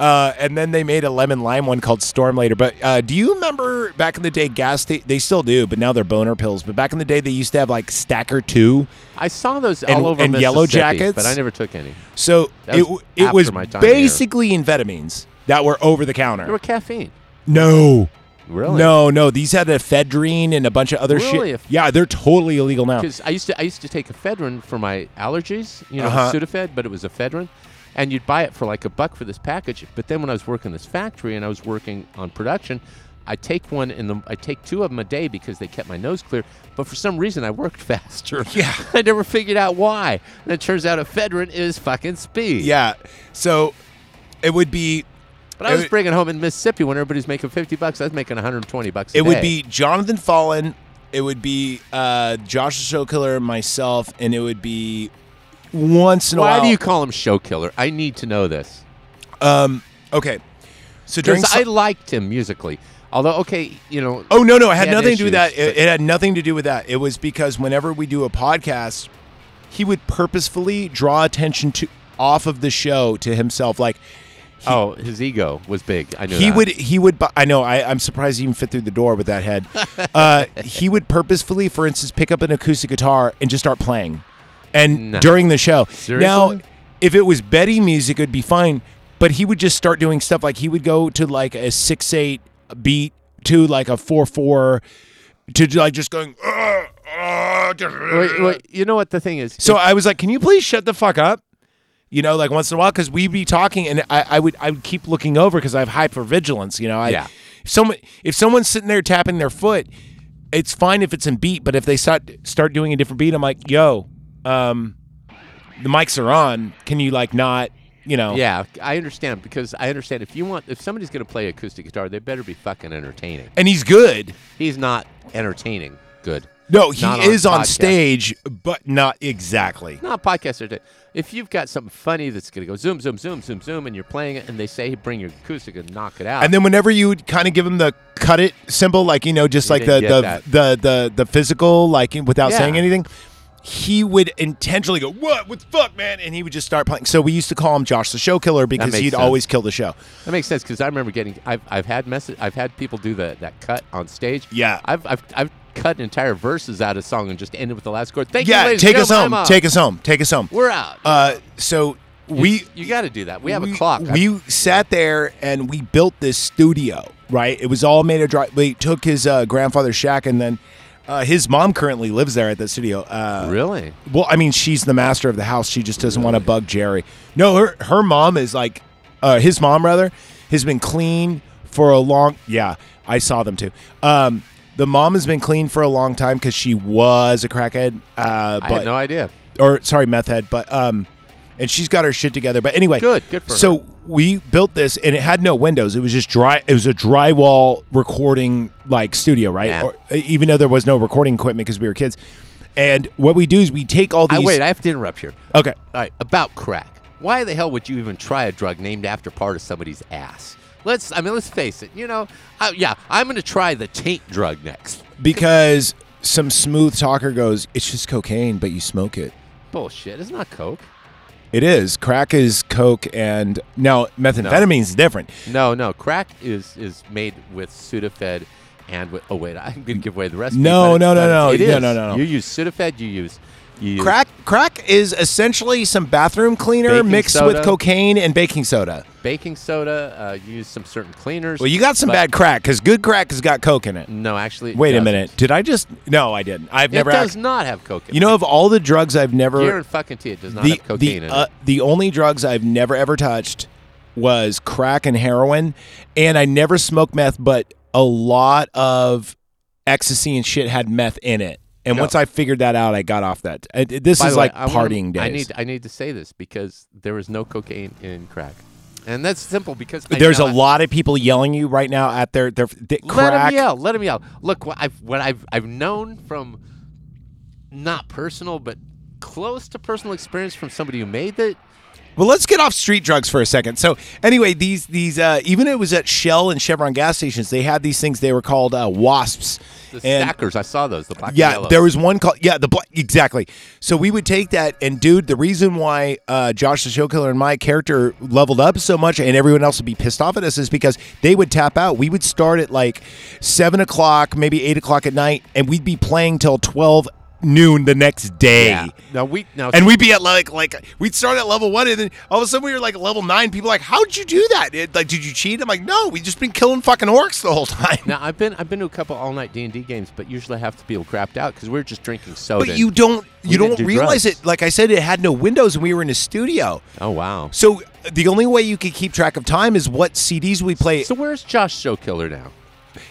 S3: Uh, and then they made a lemon lime one called Storm later. But uh, do you remember back in the day, gas? They, they still do, but now they're boner pills. But back in the day, they used to have like Stacker Two.
S2: I saw those
S3: And-
S2: all over
S3: and Yellow
S2: Mississippi,
S3: Jackets?
S2: but I never took any.
S3: So
S2: That
S3: it
S2: was
S3: it
S2: after
S3: was
S2: my time here.
S3: basically amphetamines that were over the
S2: They
S3: counter.
S2: were caffeine.
S3: No,
S2: Really?
S3: no, no. These had ephedrine and a bunch of other
S2: Really?
S3: shit. Yeah, they're totally illegal now.
S2: Because I used to I used to take ephedrine for my allergies, you know,
S3: Uh-huh.
S2: Sudafed, but it was ephedrine, and you'd buy it for like a buck for this package. But then when I was working this factory and I was working on production, I take one in the I take two of them a day because they kept my nose clear. But for some reason, I worked faster.
S3: Yeah.
S2: I never figured out why. And it turns out ephedrine is fucking speed.
S3: Yeah. So it would be
S2: but I
S3: it
S2: was
S3: would-
S2: bringing home in Mississippi when everybody's making fifty bucks. I was making one hundred and twenty bucks. a
S3: It would
S2: day.
S3: be Jonathan Fallen. It would be uh, Josh the Show Killer, myself, and it would be once in a
S2: Why
S3: while.
S2: do you call him show killer? I need to know this.
S3: um, okay. So during.
S2: Because
S3: so-
S2: I liked him musically. Although, okay, you know.
S3: oh no no! It
S2: he
S3: had
S2: had
S3: nothing to do with that.
S2: issues,
S3: It, it had nothing to do with that. It was because whenever we do a podcast, he would purposefully draw attention to off of the show to himself. Like
S2: oh, his ego was big. I knew
S3: he
S2: that.
S3: would he would bu- i know I, i'm surprised he even fit through the door with that head uh, he would purposefully for instance pick up an acoustic guitar and just start playing and
S2: No.
S3: during the show now
S2: Seriously?
S3: if it was betty music it would be fine but he would just start doing stuff like he would go to like a 6-8 beat to like a 4-4 to like just going "Ah, "Ugh, ugh,"
S2: Wait, wait, you know what the thing is?
S3: so I was like, "Can you please shut the fuck up?" You know, like once in a while, because we'd be talking, and I, I would I would keep looking over because I have hypervigilance. You know, I,
S2: Yeah.
S3: If someone if someone's sitting there tapping their foot, it's fine if it's in beat, but if they start start doing a different beat, I'm like, "Yo, um, the mics are on. Can you like not?" You know,
S2: yeah, I understand because I understand if you want if somebody's going to play acoustic guitar, they better be fucking entertaining.
S3: And he's good.
S2: He's not entertaining. Good.
S3: No, he
S2: Not on
S3: is on
S2: podcast.
S3: stage, but not exactly.
S2: Not podcast entertaining. If you've got something funny that's going to go zoom, zoom, zoom, zoom, zoom, and you're playing it, and they say, "Bring your acoustic and knock it out,"
S3: And then whenever you would kind of give him the cut it symbol, like you know, just like the
S2: didn't get
S3: the,
S2: that.
S3: the the the physical, like without
S2: Yeah.
S3: saying anything, he would intentionally go, "What? What the fuck, man?" And he would just start playing. So we used to call him Josh the Show Killer because
S2: makes
S3: he'd
S2: sense.
S3: always kill the show.
S2: That makes sense because I remember getting. I've, I've had message. I've had people do the, that cut on stage.
S3: Yeah.
S2: I've, I've I've cut entire verses out of song and just ended with the last chord. Thank you.
S3: yeah,
S2: ladies
S3: take
S2: and
S3: us
S2: gentlemen,
S3: home.
S2: I'm out.
S3: Take us home. Take us home.
S2: We're out.
S3: Uh, so we
S2: you got to do that. We have a clock. I-
S3: We sat there and we built this studio, right? It was all made of dry. We took his uh, grandfather's shack, and then uh, his mom currently lives there at the studio. Uh,
S2: really?
S3: Well, I mean, she's the master of the house. She just doesn't want to bug Jerry. No, her her mom is like, uh, his mom rather, has been clean for a long. Yeah, I saw them too. Um, the mom has been clean for a long time because she was a crackhead, uh,
S2: I had
S3: but
S2: no idea.
S3: or sorry, meth head, but um, and she's got her shit together. But anyway,
S2: Good, good for
S3: so we built this, and it had no windows. It was just dry. It was a drywall recording like studio, right?
S2: Yeah.
S3: Or, even though there was no recording equipment because we were kids. And what we do is we take all these.
S2: I wait. I have to interrupt here.
S3: Okay.
S2: All right. About crack. Why the hell would you even try a drug named after part of somebody's ass? Let's. I mean, let's face it. You know. I, yeah. I'm going to try the taint drug next.
S3: Because some smooth talker goes, it's just cocaine, but you smoke it.
S2: Bullshit. It's not coke.
S3: It is. Crack is coke, and now methamphetamine is different.
S2: No, no. Crack is is made with Sudafed and with. Oh wait, I'm gonna give away the recipe.
S3: No,
S2: but it-
S3: no, no,
S2: but
S3: no,
S2: It
S3: no,
S2: is.
S3: no, no, no.
S2: You use Sudafed. You use. You use-
S3: Crack, crack is essentially some bathroom cleaner
S2: Baking
S3: mixed with
S2: soda.
S3: cocaine and baking soda.
S2: baking soda. Uh, you use some certain cleaners.
S3: Well, you got some
S2: but-
S3: bad crack because good crack has got coke in it.
S2: No, actually. it
S3: Wait a
S2: doesn't.
S3: minute. Did I just? No, I didn't. I've
S2: It
S3: never. act-
S2: does not have cocaine.
S3: you know, of all the drugs I've never.
S2: Here in fucking tea, it does not
S3: the
S2: have cocaine
S3: the,
S2: in
S3: uh,
S2: it.
S3: the only drugs I've never ever touched was crack and heroin, and I never smoked meth, but a lot of ecstasy and shit had meth in it. And
S2: No.
S3: once I figured that out, I got off that. I- this
S2: By
S3: is
S2: the way,
S3: like
S2: I wanna-
S3: partying days.
S2: I need I need to say this because there is no cocaine in crack, and that's simple because I
S3: There's a
S2: know I-
S3: lot of people yelling you right now at their their, their
S2: Let
S3: crack.
S2: him yell. Let him yell. Look, what I've what I've I've known from not personal, but close to personal experience from somebody who made it
S3: Well, let's get off street drugs for a second. So, anyway, these these uh, even it was at Shell and Chevron gas stations. They had these things. They were called uh, wasps.
S2: The
S3: and
S2: stackers, I saw those. The black and
S3: yeah,
S2: yellow.
S3: there was one called yeah the black exactly. So we would take that and dude, the reason why uh, Josh the Show Killer and my character leveled up so much and everyone else would be pissed off at us is because they would tap out. We would start at like seven o'clock, maybe eight o'clock at night, and we'd be playing till twelve noon the next day.
S2: Yeah. Now we now
S3: And we'd be at like like we'd start at level one, and then all of a sudden we were like level nine. People were like, how'd you do that? It- like, did you cheat? I'm like, no, we just been killing fucking orcs the whole time.
S2: now I've been I've been to a couple all night D and D games, but usually I have to be crapped out because we're just drinking soda.
S3: But
S2: and-
S3: you don't
S2: We
S3: you
S2: didn't
S3: don't
S2: do
S3: realize
S2: drugs.
S3: it. Like I said, it had no windows, and we were in a studio.
S2: oh wow.
S3: So the only way you could keep track of time is what CDs we play.
S2: So where's Josh Show Killer now?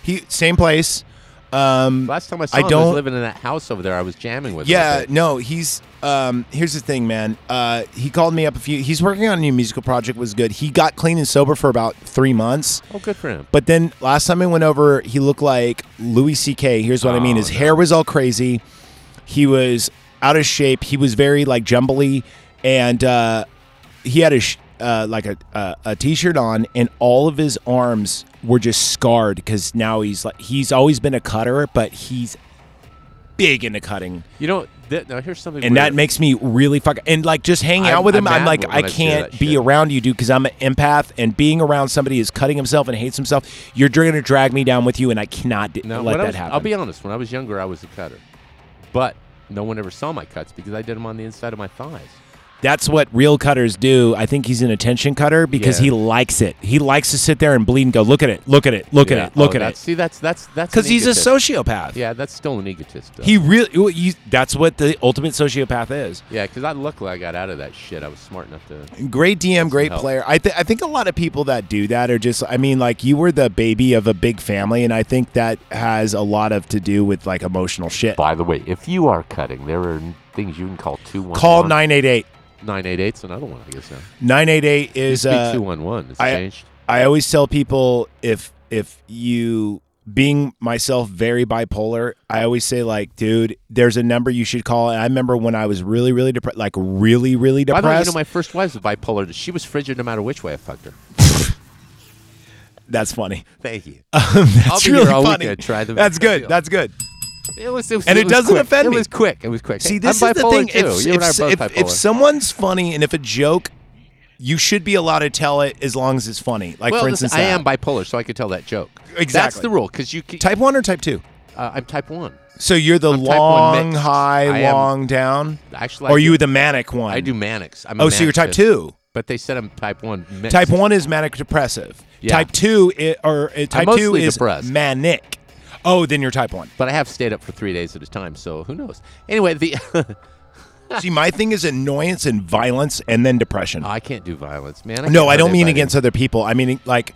S3: He same place. Um,
S2: Last time I saw
S3: I
S2: him, I was
S3: don't-
S2: living in that house over there. I was jamming with him. I
S3: yeah,
S2: think.
S3: no, he's. Um, here's the thing, man. Uh, he called me up a few. He's working on a new musical project. Was good. He got clean and sober for about three months.
S2: Oh, good for him.
S3: But then last time I went over, he looked like Louis C.K. Here's what I mean:
S2: Oh,
S3: his hair was all crazy, he was out of shape, he was very like jumbly, and uh, he had a sh- uh, like a uh, a t-shirt on, and all of his arms were just scarred because now he's like he's always been a cutter, but he's big into cutting,
S2: You know, th- now here's something.
S3: and
S2: weird.
S3: that makes me really fuck. And like just hanging
S2: I'm-
S3: out with him,
S2: I'm
S3: I'm,
S2: mad
S3: like
S2: when
S3: I
S2: I see
S3: can't
S2: that
S3: be
S2: shit.
S3: around you, dude, because I'm an empath, and being around somebody who's cutting himself and hates himself, you're gonna drag me down with you, and I cannot d-
S2: No,
S3: let
S2: when I
S3: that
S2: was-
S3: happen.
S2: I'll be honest. When I was younger, I was a cutter, but no one ever saw my cuts because I did them on the inside of my thighs.
S3: That's what real cutters do. I think he's an attention cutter because
S2: Yeah.
S3: he likes it. He likes to sit there and bleed and go, look at it, look at it, look
S2: Yeah.
S3: at it, look
S2: Oh,
S3: at
S2: that's-
S3: it,
S2: See, that's that's that's an
S3: because he's a
S2: egotist.
S3: sociopath.
S2: Yeah, that's still an egotist. Though.
S3: He really, well, you- that's what the ultimate sociopath is.
S2: yeah, because I luckily I got out of that shit. I was smart enough to.
S3: Great DM, great
S2: help.
S3: player. I, th- I think a lot of people that do that are just, I mean, like you were the baby of a big family, and I think that has a lot of to do with like emotional shit.
S2: By the way, if you are cutting, there are things you can call two one.
S3: Call 988.
S2: nine eight eight's another one. I guess now.
S3: 988 is. uh,
S2: two one one. It's
S3: I-
S2: changed.
S3: I always tell people if if you being myself very bipolar, I always say like, dude, there's a number you should call. And I remember when I was really, really depressed, like really, really
S2: By
S3: depressed.
S2: the way, you know my first wife was bipolar. She was frigid no matter which way I fucked her.
S3: That's funny.
S2: Thank you.
S3: Uh, That's
S2: I'll be
S3: really
S2: here all
S3: funny.
S2: weekend. Try the
S3: That's good.
S2: deal.
S3: That's good.
S2: It was, it was,
S3: And it
S2: was
S3: doesn't
S2: quick.
S3: offend me.
S2: It was quick. It was quick.
S3: See, this
S2: I'm
S3: is the
S2: bipolar
S3: thing.
S2: Too.
S3: If,
S2: you and I
S3: if,
S2: are both
S3: if, if
S2: bipolar.
S3: someone's funny and if a joke, you should be allowed to tell it as long as it's funny. Like
S2: well,
S3: for
S2: listen,
S3: instance,
S2: I
S3: that.
S2: am bipolar, so I could tell that joke. That's
S3: Exactly.
S2: the rule because you. Can,
S3: type one or type two.
S2: uh, I'm type one.
S3: So you're the
S2: I'm type one
S3: long
S2: mixed. I
S3: high,
S2: am-
S3: long down,
S2: Actually,
S3: or
S2: I
S3: you
S2: Do,
S3: the manic one?
S2: I do manics. I'm a
S3: Oh, so you're
S2: manic
S3: type
S2: too.
S3: two.
S2: But they said I'm type one. Mixed.
S3: Type one is manic depressive.
S2: Yeah.
S3: Type two i or uh, type two
S2: mostly
S3: is
S2: depressed.
S3: manic. Oh, then you're type one.
S2: But I have stayed up for three days at a time, so who knows? Anyway, the
S3: See, my thing is annoyance and violence, and then depression.
S2: I can't do violence, man. can't
S3: no, I
S2: hurt
S3: don't mean
S2: anybody.
S3: against other people. I mean like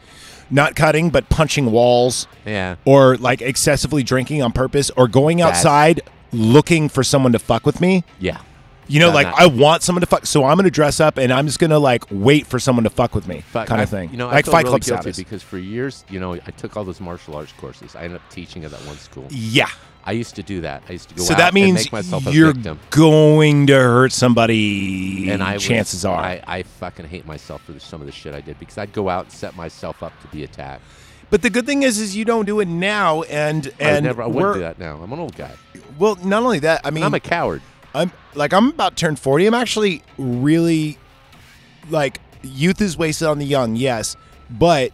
S3: not cutting, but punching walls,
S2: Yeah.
S3: or like excessively drinking on purpose, or going
S2: That's-
S3: outside looking for someone to fuck with me.
S2: Yeah.
S3: You know,
S2: No,
S3: like
S2: not-
S3: I want someone to fuck, so I'm gonna dress up and I'm just gonna like wait for someone to fuck with me,
S2: Fuck,
S3: kind
S2: I-
S3: of thing.
S2: You know,
S3: like
S2: I feel
S3: Fight
S2: really
S3: Club
S2: guilty
S3: status.
S2: because for years, you know, I took all those martial arts courses. I ended up teaching at that one school.
S3: yeah.
S2: I used to do that. I used to go
S3: So
S2: out
S3: that
S2: and
S3: means
S2: make myself a
S3: you're
S2: victim.
S3: going to hurt somebody.
S2: And I was-
S3: chances are,
S2: I, I fucking hate myself for some of the shit I did because I'd go out and set myself up to be attacked.
S3: but the good thing is, is you don't do it now, and
S2: I would
S3: and
S2: never, I
S3: we're-
S2: wouldn't do that now. I'm an old guy.
S3: well, not only that, I mean,
S2: I'm a coward.
S3: I'm like I'm about to turn 40. I'm actually really like youth is wasted on the young, yes, but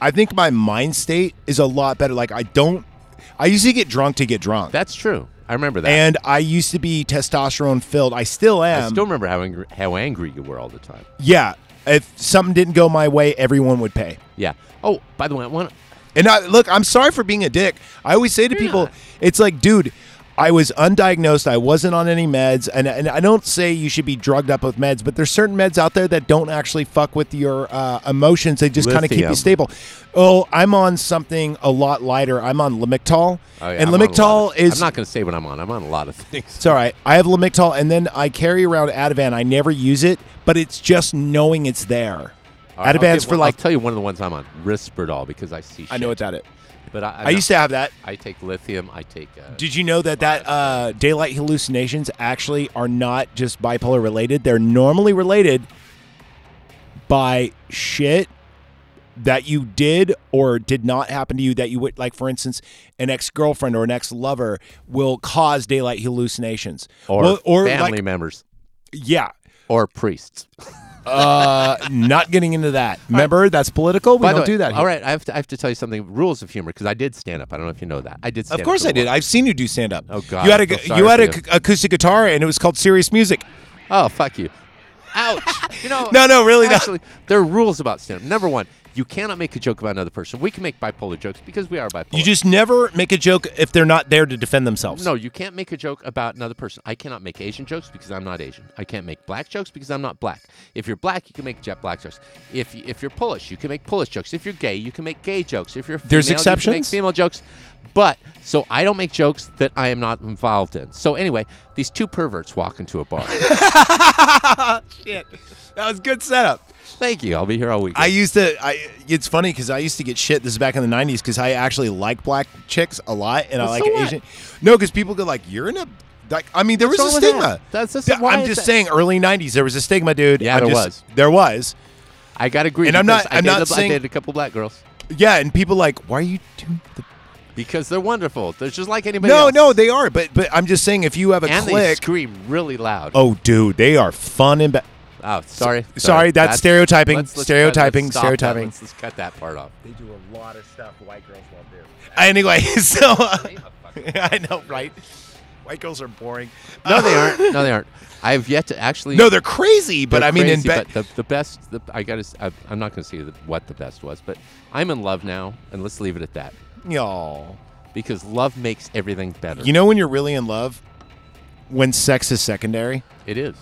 S3: I think my mind state is a lot better. Like I don't I usually get drunk to get drunk.
S2: That's true. I remember that.
S3: and I used to be testosterone filled. I still am.
S2: I still remember how angry, how angry you were all the time.
S3: yeah. If something didn't go my way, everyone would pay.
S2: Yeah. Oh, by the way, I want.
S3: And I, look, I'm sorry for being a dick. I always say to people,
S2: not.
S3: it's like, dude, I was undiagnosed. I wasn't on any meds. And, and I don't say you should be drugged up with meds, but there's certain meds out there that don't actually fuck with your uh, emotions. They just kind of keep
S2: Lithium.
S3: you stable. Oh, I'm on something a lot lighter. I'm on Lamictal.
S2: Oh, yeah,
S3: and
S2: I'm on a lot
S3: Lamictal
S2: of-
S3: is.
S2: I'm not going to say what I'm on. I'm on a lot of things.
S3: It's all right. I have Lamictal, and then I carry around Ativan. I never use it, but it's just knowing it's there.
S2: All right, I'll
S3: Ativan's
S2: give-
S3: for like
S2: I'll tell you one of the ones I'm on. Risperdal because I see. Shit.
S3: I know what that is.
S2: But I,
S3: I used to have that.
S2: I take lithium. I take. Uh,
S3: Did you know that that uh, daylight hallucinations actually are not just bipolar related? They're normally related by shit that you did or did not happen to you that you would like for instance an ex-girlfriend or an ex-lover will cause daylight hallucinations
S2: or,
S3: Well,
S2: family
S3: like,
S2: members
S3: yeah
S2: or priests.
S3: uh not getting into that remember that's political we
S2: By the
S3: don't
S2: way,
S3: do that here.
S2: All right, I have to, I have to tell you something. Rules of humor because I did stand up. I don't know if you know that. I did. Stand
S3: Of course
S2: up
S3: I did. I've seen you do stand up.
S2: Oh, God,
S3: You had a
S2: I feel
S3: gu-
S2: sorry
S3: you had
S2: for
S3: an
S2: you.
S3: acoustic guitar and it was called Serious Music.
S2: Oh fuck you! Ouch! You know.
S3: No, no, really not.
S2: Actually, there are rules about stand up. Number one, you cannot make a joke about another person. We can make bipolar jokes because we are bipolar.
S3: You just never make a joke if they're not there to defend themselves.
S2: No, you can't make a joke about another person. I cannot make Asian jokes because I'm not Asian. I can't make black jokes because I'm not black. If you're black, you can make jet black jokes. If y- if you're Polish, you can make Polish jokes. If you're gay, you can make gay jokes. If you're female,
S3: There's
S2: you can make
S3: exceptions?
S2: female jokes. But so I don't make jokes that I am not involved in. So anyway, these two perverts walk into a bar.
S3: Shit. That was good setup.
S2: Thank you. I'll be here all week.
S3: I used to. I. It's funny because I used to get shit. This is back in the '90s because I actually like black chicks a lot, and I
S2: Well,
S3: like
S2: so what?
S3: Asian. No, because people go like, "You're in a." Like, I mean, there
S2: What's
S3: was a
S2: wrong with that?
S3: stigma.
S2: That's just-
S3: Yeah,
S2: why
S3: I'm
S2: is
S3: just
S2: that-
S3: saying, early '90s, there was a stigma, dude.
S2: Yeah,
S3: I'm
S2: there
S3: just-
S2: was.
S3: There was.
S2: I got to agree.
S3: And I'm
S2: because
S3: not-
S2: I
S3: I'm
S2: dated
S3: not
S2: a bl-
S3: saying-
S2: I dated a couple black girls
S3: Yeah, and people like, why are you doing the
S2: because they're wonderful. They're just like anybody.
S3: No,
S2: else.
S3: no, they are. But but I'm just saying, if you have a
S2: And they
S3: click,
S2: scream really loud.
S3: oh, dude, they are fun and. Ba-
S2: Oh, sorry.
S3: sorry, that's stereotyping, stereotyping,
S2: stop that.
S3: stereotyping.
S2: Let's, let's cut that part off.
S4: They do a lot of stuff white girls won't do.
S3: anyway, so uh, I know, right? White girls are boring.
S2: No, they aren't. No, they aren't. I've yet to actually.
S3: No, they're crazy. But
S2: they're
S3: I mean,
S2: crazy,
S3: in bed,
S2: but the, the best. The, I gotta. s- I, I'm not gonna say the, what the best was, but I'm in love now, and let's leave it at that
S3: y'all.
S2: because love makes everything better.
S3: You know when you're really in love, when sex is secondary.
S2: it is.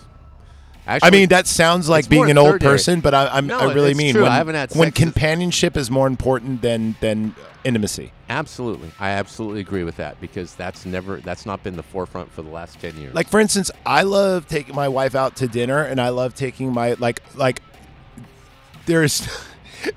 S3: I
S2: Actually,
S3: mean, that sounds like
S2: it's
S3: being
S2: more
S3: an old
S2: third area.
S3: person, but I, I'm,
S2: No,
S3: I really
S2: it's
S3: mean
S2: true.
S3: when,
S2: I haven't had
S3: when
S2: sex is-
S3: companionship is more important than than intimacy.
S2: absolutely. I absolutely agree with that because that's never. That's not been the forefront for the last ten years.
S3: Like for instance, I love taking my wife out to dinner, and I love taking my like like. There's,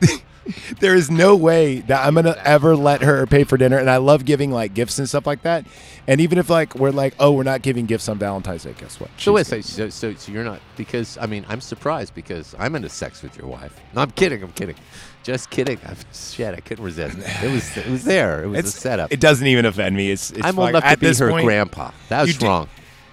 S3: there is no way that I'm gonna ever let her pay for dinner, and I love giving like gifts and stuff like that. And even if like we're like, oh, we're not giving gifts on Valentine's Day, guess what?
S2: So
S3: She's
S2: wait,
S3: gonna-
S2: so, so, so, so you're not because I mean I'm surprised because I'm into sex with your wife. No, I'm kidding. I'm kidding. Just kidding. I'm, shit, I couldn't resist. It was it was there. It was a setup.
S3: It doesn't even offend me. It's, it's
S2: I'm old
S3: like-
S2: enough to
S3: at
S2: be
S3: this
S2: her
S3: point,
S2: grandpa. That
S3: you
S2: was
S3: do-
S2: wrong.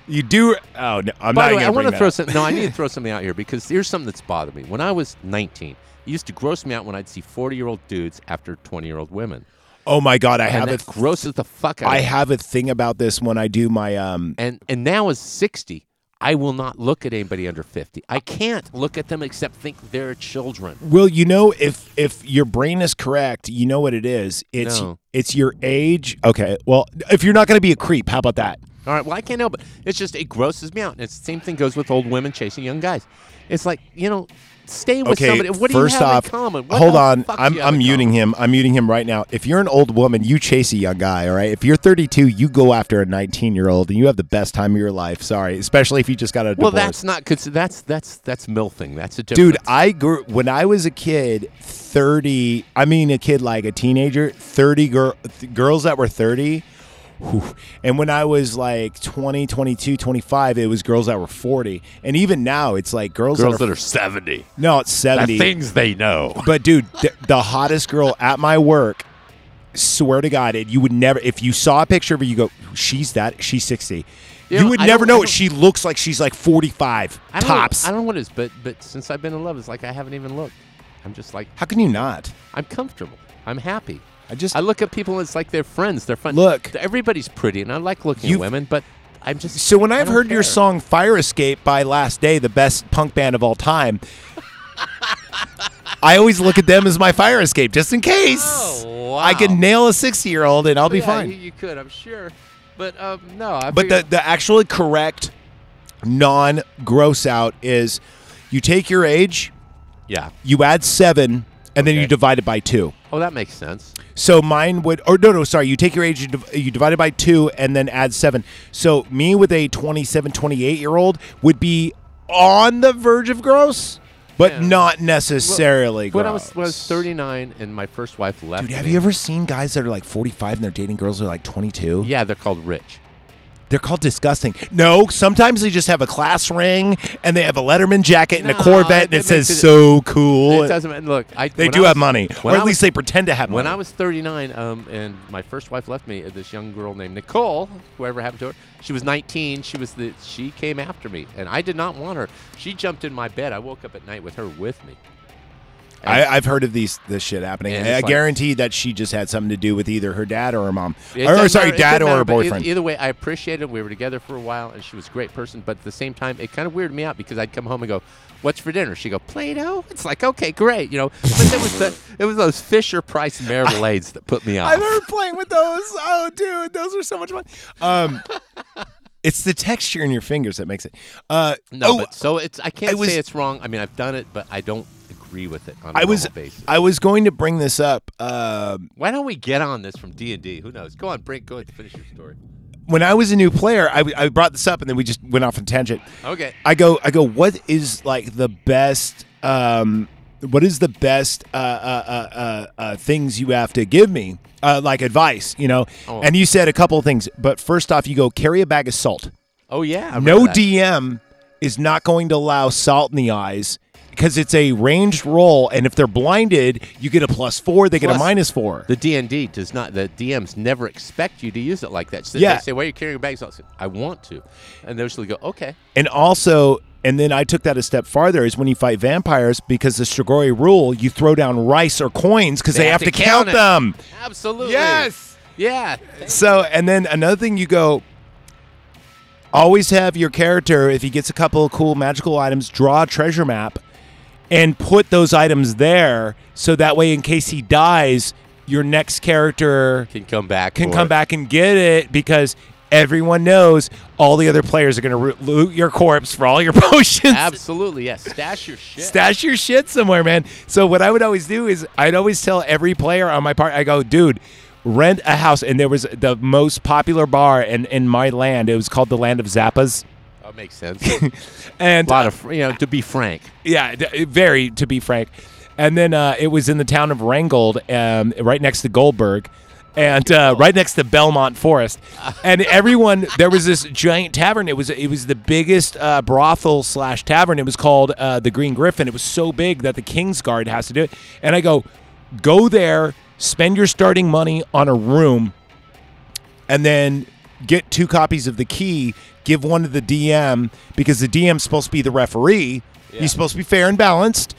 S3: You do. Oh, no, I'm
S2: By
S3: not.
S2: the way,
S3: even
S2: I want
S3: gonna
S2: to
S3: bring
S2: throw
S3: that
S2: some. No, I need to throw something out here because here's something that's bothered me. When I was 19, it used to gross me out when I'd see 40 year old dudes after 20 year old women.
S3: up. Oh my god, I
S2: And
S3: have
S2: that
S3: a
S2: grosses the fuck out.
S3: I
S2: of me.
S3: have a thing about this when I do my um.
S2: and and now as 60 i will not look at anybody under 50 i can't look at them except think they're children
S3: Well, you know, if if your brain is correct, you know what it is. It's
S2: No.
S3: it's your age. Okay. Well, if you're not going to be a creep, how about that?
S2: all right well i can't help it it's just it grosses me out and it's the same thing goes with old women chasing young guys it's like you know stay with
S3: Okay.
S2: somebody what do
S3: first
S2: you have
S3: off,
S2: in common
S3: hold on. I'm I'm muting him. I'm muting him right now. If you're an old woman, you chase a young guy. All right. If you're 32, you go after a 19 year old, and you have the best time of your life. Sorry, especially if you just got a divorce.
S2: well that's not good that's that's that's milfing that's a different
S3: Dude, I grew when I was a kid. Thirty, I mean a kid like a teenager. Thirty girl, th- girls that were thirty, whew. and when I was like 20, 22, 25, it was girls that were forty. And even now, it's like girls, that, are,
S2: 70
S3: no, it's seventy.
S2: they know
S3: But dude, th- the hottest girl at my work. Swear to God, it you would never. If you saw a picture of her, you go, "She's that. She's 60. You,
S2: You know,
S3: would
S2: I
S3: never
S2: don't- I
S3: know.
S2: don't-
S3: She looks like she's like forty-five
S2: I don't,
S3: tops.
S2: i don't know what it is but but since i've been in love it's like i haven't even looked i'm just like
S3: How can you not?
S2: i'm comfortable i'm happy
S3: I just
S2: I look at people and it's like they're friends. They're fun.
S3: Look.
S2: everybody's pretty, and I like looking at
S3: You've-
S2: women, but I'm just
S3: So when
S2: I
S3: I've
S2: don't
S3: heard your
S2: care.
S3: song Fire Escape by Last Day, the best punk band of all time, I always look at them as my fire escape just in case.
S2: Oh,
S3: I
S2: wow.
S3: can nail a 60-year-old and I'll be
S2: Yeah,
S3: fine.
S2: You, you could, I'm sure, but um, no. I
S3: but the
S2: figured-
S3: the actually correct non gross out is you take your age,
S2: yeah.
S3: you add 7 and then you
S2: Okay.
S3: divide it by 2.
S2: Oh, that makes sense.
S3: So mine would, or no, no, sorry. You take your age, you, div- you divide it by two, and then add seven. So me with a 27, 28 year old would be on the verge of gross, but
S2: Yeah.
S3: not necessarily
S2: When I
S3: gross.
S2: was when I was 39 and my first wife left.
S3: Dude, have
S2: me-
S3: you ever seen guys that are like 45 and they're dating girls who are like 22?
S2: Yeah, they're called rich.
S3: They're called disgusting. No, sometimes they just have a class ring and they have a Letterman jacket and a
S2: No,
S3: Corvette and
S2: that
S3: it says
S2: makes it-
S3: so cool.
S2: it doesn't matter. Look, I,
S3: they
S2: when
S3: do
S2: I was-
S3: have money,
S2: when
S3: or at
S2: I
S3: least
S2: was-
S3: they pretend to have
S2: When
S3: money.
S2: I was 39, um, and my first wife left me, uh, this young girl named Nicole, whoever happened to her, she was 19. She was the she came after me, and I did not want her. She jumped in my bed. I woke up at night with her with me.
S3: I, I've heard of these this shit happening.
S2: And
S3: I
S2: it's like-
S3: guarantee that she just had something to do with either her dad or her mom,
S2: It
S3: or
S2: doesn't
S3: sorry,
S2: matter- it
S3: dad
S2: doesn't
S3: or
S2: matter,
S3: her
S2: but eith-
S3: boyfriend.
S2: Either way, I appreciated. it. We were together for a while, and she was a great person. But at the same time, it kind of weirded me out because I'd come home and go, "What's for dinner?" She would go, "Play-Doh." It's like, okay, great, you know. But it was the, it was those Fisher Price marmalades that put me off.
S3: remember playing with those. Oh, dude, those are so much fun. Um, it's the texture in your fingers that makes it. Uh,
S2: No,
S3: oh,
S2: but so it's I can't
S3: I was-
S2: say it's wrong. I mean, I've done it, but I don't agree with it on a
S3: I was
S2: normal basis.
S3: I was going to bring this up. Um
S2: Why don't we get on this from D and D? Who knows? Go on, Brink. Go ahead, finish your story.
S3: when I was a new player, I, I brought this up, and then we just went off on a tangent.
S2: Okay.
S3: I go, I go. What is like the best? Um, what is the best uh, uh, uh, uh, uh, things you have to give me, uh, like advice? You know,
S2: Oh.
S3: and you said a couple of things, but first off, you go carry a bag of salt.
S2: Oh yeah. I remember
S3: No
S2: that.
S3: DM is not going to allow salt in the eyes because it's a ranged roll, and if they're blinded, you get a plus four. They get a
S2: Plus-
S3: minus four.
S2: The D and D does not. The DMs never expect you to use it like that. So
S3: Yeah.
S2: They say, "Why are you carrying bags?" I say, "I want to," and they usually go, "Okay."
S3: And also, and then I took that a step farther is when you fight vampires, because the Strigoi rule, you throw down rice or coins because they, have, to, count,
S2: it.
S3: them.
S2: Absolutely.
S3: Yes.
S2: Yeah.
S3: So, and then another thing you go, always have your character, if he gets a couple of cool magical items, draw a treasure map and put those items there. So that way, in case he dies, your next character
S2: Can come back.
S3: can
S2: for
S3: come
S2: it.
S3: back and get it because everyone knows all the other players are going to root loot your corpse for all your potions.
S2: Absolutely. Yes. Stash your shit.
S3: Stash your shit somewhere, man. So what I would always do is I'd always tell every player on my part, I go, dude, rent a house. And there was the most popular bar in, in my land. It was called the Land of Zappas.
S2: that makes sense. a
S3: And
S2: lot of you know. To be frank,
S3: yeah, d- very to be frank. And then uh, it was in the town of Rangold, um, right next to Goldberg, and uh, right next to Belmont Forest. And everyone, there was this giant tavern. It was it was the biggest uh, brothel slash tavern. It was called uh, the Green Griffin. It was so big that the King's Guard has to do it. And I go, go there, spend your starting money on a room and then get two copies of the key, give one to the DM because the DM's supposed to be the referee. He's supposed to be fair and balanced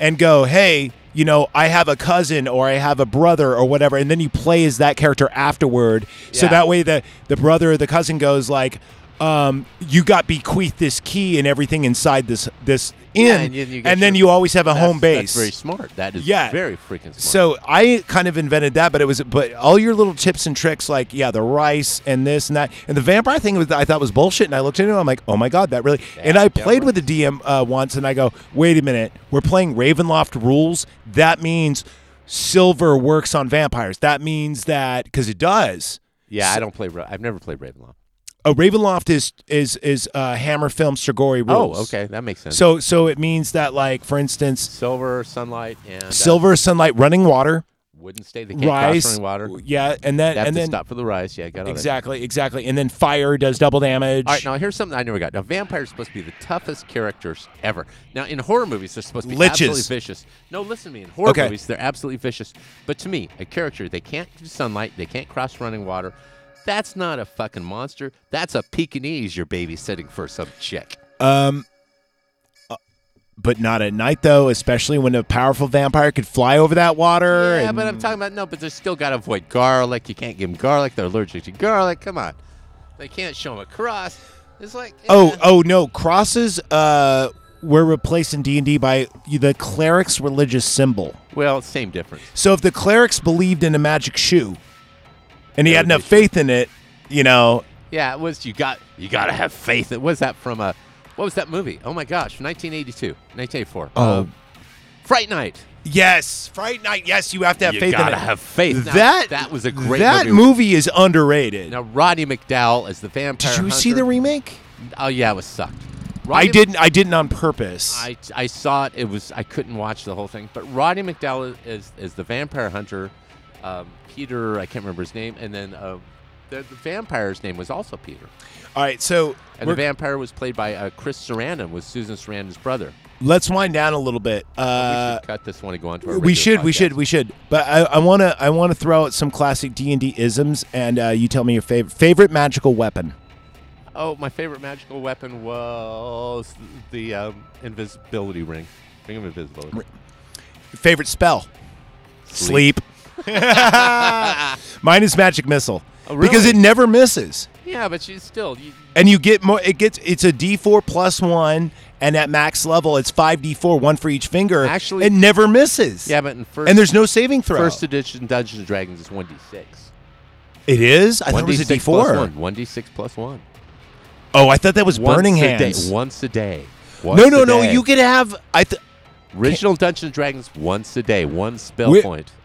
S3: and go, "Hey, you know, I have a cousin or I have a brother or whatever." And then you play as that character afterward. So
S2: Yeah.
S3: that way the the brother or the cousin goes like, um, you got bequeathed this key and everything inside this this inn,
S2: Yeah, and you- you get
S3: then
S2: your-
S3: you always have a
S2: That's-
S3: home base.
S2: That's very smart. That is
S3: Yeah.
S2: very freaking smart.
S3: So I kind of invented that, but it was but all your little tips and tricks, like yeah, the rice and this and that, and the vampire thing was I thought was bullshit, and I looked into it, I'm like, oh my god, that really. and I played with the DM uh, once, and I go, wait a minute, we're playing Ravenloft rules. That means silver works on vampires. That means that because it does.
S2: yeah, I don't play. Ra- I've never played Ravenloft.
S3: Uh, Ravenloft is is is uh, Hammer Film Strigoi rules.
S2: Oh, okay, that makes sense.
S3: So so it means that like for instance,
S2: silver, sunlight, and uh,
S3: silver, sunlight, running water,
S2: wouldn't stay. They can't
S3: rice,
S2: cross running water. They
S3: yeah, and then
S2: have
S3: and
S2: to
S3: then
S2: stop for the rice. Yeah, got all that.
S3: Exactly, exactly. And then fire does double damage.
S2: All right, now here's something I never got. Now, vampires are supposed to be the toughest characters ever. Now, in horror movies, they're supposed to be
S3: Liches.
S2: absolutely vicious. No, listen to me. In horror
S3: Okay.
S2: movies, they're absolutely vicious. But to me, a character, they can't do sunlight, they can't cross running water. That's not a fucking monster. That's a Pekingese you're babysitting for some chick.
S3: Um, uh, but not at night though, especially when a powerful vampire could fly over that water.
S2: Yeah,
S3: and-
S2: but I'm talking about no, but they still got to avoid garlic. You can't give them garlic. They're allergic to garlic. Come on. They can't show them a cross. It's like.
S3: oh,
S2: eh.
S3: oh no, crosses. Uh, were replaced in D and D by the cleric's religious symbol.
S2: Well, same difference.
S3: So if the clerics believed in a magic shoe, and he
S2: That
S3: had
S2: would be
S3: enough faith in it, you know,
S2: Yeah, it was. You got. You got to have faith. It was that from a. What was that movie? Oh my gosh, 1982, 1984.
S3: Oh.
S2: Um, Fright Night.
S3: yes, Fright Night. Yes, you have to have
S2: You
S3: faith in
S2: gotta
S3: it.
S2: have faith. Now,
S3: That
S2: that was a great
S3: that
S2: movie.
S3: movie is underrated.
S2: Now Roddy McDowell as the vampire.
S3: Did you see the
S2: hunter.
S3: remake?
S2: Oh yeah, it was sucked.
S3: I
S2: Roddy Mc-
S3: didn't. I didn't on purpose.
S2: I, I saw it. It was I couldn't watch the whole thing. But Roddy McDowell is is the vampire hunter. Um, Peter, I can't remember his name, and then um, the, the vampire's name was also Peter,
S3: All right, so
S2: and
S3: we're-
S2: the vampire was played by uh, Chris Sarandon, was Susan Sarandon's brother.
S3: let's wind down a little bit.
S2: Oh, we
S3: Uh,
S2: should cut this one and go on to our.
S3: we
S2: regular
S3: should, we
S2: podcast.
S3: should, we should. But I, I wanna, I wanna throw out some classic D and D isms, and uh, you tell me your favorite favorite magical weapon.
S2: Oh, my favorite magical weapon was the um, invisibility ring. Ring of invisibility.
S3: Favorite spell? Sleep. Mine is magic missile
S2: Oh, really?
S3: because it never misses,
S2: Yeah, but she's still. You,
S3: and you get more. It gets it's a D four plus one, and at max level it's five D four, one for each finger.
S2: Actually-
S3: it never misses.
S2: yeah, but in first
S3: and there's no saving throw.
S2: first edition Dungeons and Dragons is one d six.
S3: it is. I thought
S2: One
S3: it
S2: d
S3: was a D
S2: six plus
S3: four.
S2: one. One d six plus one.
S3: Oh, I thought that was burning
S2: once
S3: hands.
S2: A day, once a day. Once
S3: No,
S2: a
S3: no, no.
S2: day.
S3: You could have. I. Th-
S2: original Dungeons and Dragons once a day, one spell
S3: we-
S2: point. a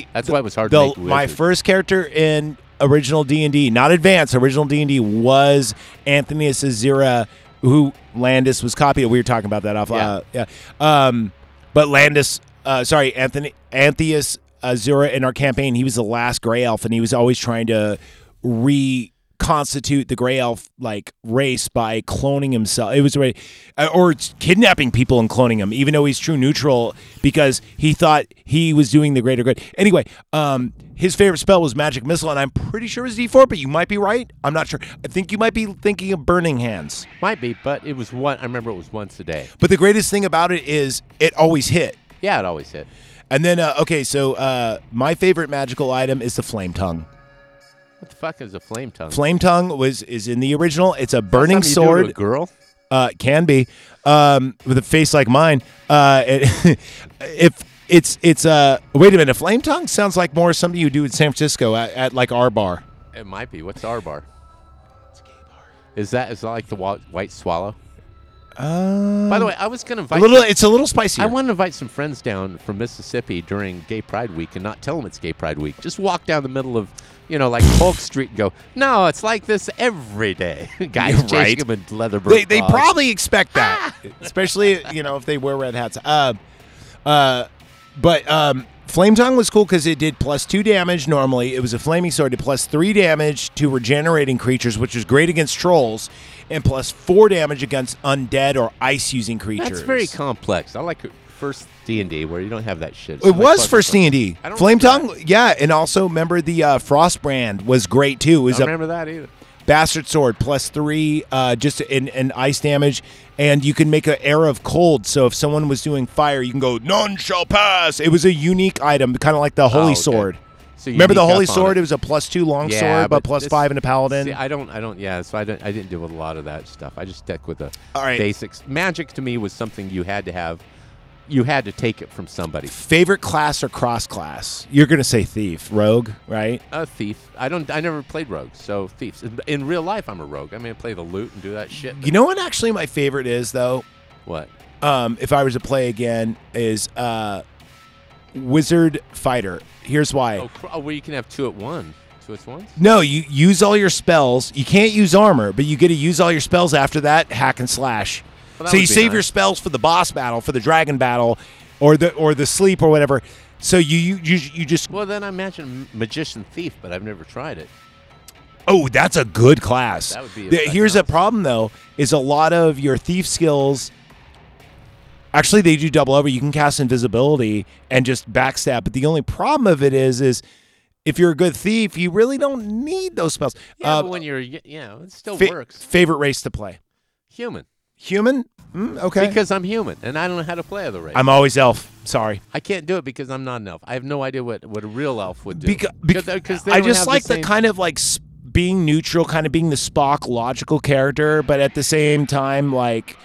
S2: day.
S3: I.
S2: That's why it was hard to
S3: The,
S2: make
S3: my
S2: wizards.
S3: first character in original D and D, not advanced, original D and D was Anthony Azira, who Landis was copying. We were talking about that off. Uh, yeah. Um, but Landis, uh, sorry, Anthony, Antheus Azura in our campaign, he was the last Gray Elf, and he was always trying to reconstitute the gray elf like race by cloning himself it was right or kidnapping people and cloning them even though he's true neutral because he thought he was doing the greater good anyway um his favorite spell was magic missile and i'm pretty sure it was d4 but you might be right i'm not sure i think you might be thinking of burning hands
S2: might be, but it was one. I remember it was once a day.
S3: but the greatest thing about it is it always hit
S2: Yeah, it always hit.
S3: and then uh, okay so uh my favorite magical item is the flame tongue
S2: What the fuck is a flame tongue?
S3: flame tongue was is in the original it's a burning
S2: Something you
S3: sword
S2: do to a girl.
S3: uh, can be um, with a face like mine. Uh, it, if it's it's uh, wait a minute, flame tongue sounds like more something you do in San Francisco at, at like our bar.
S2: It might be. What's our bar? Is that is that like the wa- white swallow?
S3: Um,
S2: By the way, I was gonna
S3: a
S2: invite.
S3: little
S2: some-
S3: it's a little spicy.
S2: I want to invite some friends down from Mississippi during Gay Pride Week and not tell them it's Gay Pride Week. Just walk down the middle of, you know, like Polk Street and go, no, it's like this every day. Guys
S3: You're
S2: chasing
S3: right.
S2: them in leather
S3: they they
S2: bras.
S3: probably expect that, Ah! especially you know if they wear red hats. Uh, uh, but um, flame tongue was cool because it did plus two damage normally. It was a flaming sword, it plus three damage to regenerating creatures, which was great against trolls, and plus four damage against undead or ice using creatures.
S2: That's very complex. I like first D and D where you don't have that shit. So
S3: It
S2: that's
S3: was
S2: fun.
S3: first D and D.
S2: I don't
S3: Flame
S2: remember
S3: tongue, yeah, and also remember the uh, Frostbrand was great too. It
S2: I
S3: was
S2: don't
S3: a
S2: remember that either.
S3: bastard sword plus three uh, just in, in ice damage and you can make an air of cold so if someone was doing fire you can go none shall pass it was a unique item kind of like the holy
S2: Oh, okay.
S3: sword
S2: So you
S3: remember the
S2: sneak up
S3: holy
S2: on
S3: sword
S2: it.
S3: it. was a plus two long sword but, plus
S2: this-
S3: five in a paladin
S2: See, I don't, I don't, yeah. So I didn't, I didn't deal with a lot of that stuff. I just stuck with the
S3: All right.
S2: basics. Magic to me was something you had to have. You had to take it from somebody.
S3: favorite class or cross class you're gonna say thief rogue right
S2: A thief. I don't. I never played rogue, so thieves. In, in real life, I'm a rogue. I mean, I play the loot and do that shit. but
S3: you know what actually my favorite is though
S2: what?
S3: um, if I was to play again is uh, wizard fighter here's why
S2: Oh, cr- oh, well, you can have two at one, two at once.
S3: No, you use all your spells. You can't use armor, but you get to use all your spells after that hack and slash.
S2: Well, that
S3: so
S2: would
S3: you
S2: be
S3: save
S2: nice.
S3: your spells for the boss battle, for the dragon battle, or the or the sleep or whatever. So you you you, you just
S2: Well, then I imagine magician thief, but I've never tried it.
S3: oh that's a good class.
S2: That would be a
S3: The-
S2: good
S3: Here's a
S2: class.
S3: problem though: is a lot of your thief skills. Actually, they do double over. You can cast invisibility and just backstab. But the only problem of it is, is if you're a good thief, you really don't need those spells.
S2: Yeah,
S3: Uh,
S2: but when you're, y- you know, it still
S3: fa-
S2: works.
S3: Favorite race to play.
S2: Human,
S3: Human? Mm, okay.
S2: because I'm human, and I don't know how to play other race.
S3: I'm always elf. Sorry.
S2: I can't do it because I'm not an elf. I have no idea what, what a real elf would do.
S3: Because,
S2: because
S3: I just like the,
S2: same-
S3: kind of like s- being neutral, kind of being the Spock logical character, but at the same time, like,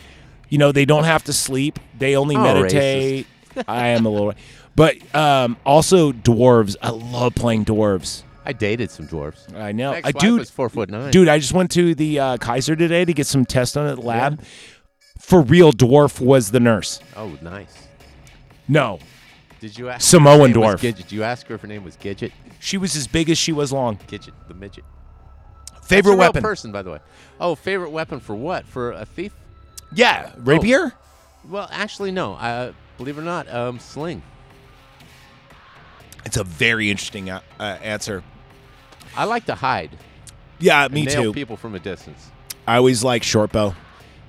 S3: you know, they don't have to sleep. They only
S2: Oh,
S3: meditate. I am a little. But um, also dwarves. I love playing dwarves.
S2: I dated some dwarves.
S3: I know. I
S2: My ex-wife
S3: do.
S2: was four foot nine.
S3: Dude, I just went to the uh, Kaiser today to get some tests done at the lab. For real, dwarf was the nurse.
S2: Oh, nice.
S3: No,
S2: Did you ask?
S3: Samoan
S2: if her name was
S3: dwarf.
S2: Gidget? Did you ask her if her name was Gidget?
S3: she was as big as she was long.
S2: Gidget, the midget.
S3: Favorite
S2: That's a real
S3: weapon?
S2: person, by the way. Oh, favorite weapon for what? For a thief?
S3: Yeah, rapier.
S2: Well, actually, no. Uh, believe it or not, um, sling.
S3: It's a very interesting uh, uh, answer.
S2: I like to hide.
S3: Yeah,
S2: and
S3: me
S2: nail
S3: too.
S2: People from a distance.
S3: I always like short bow,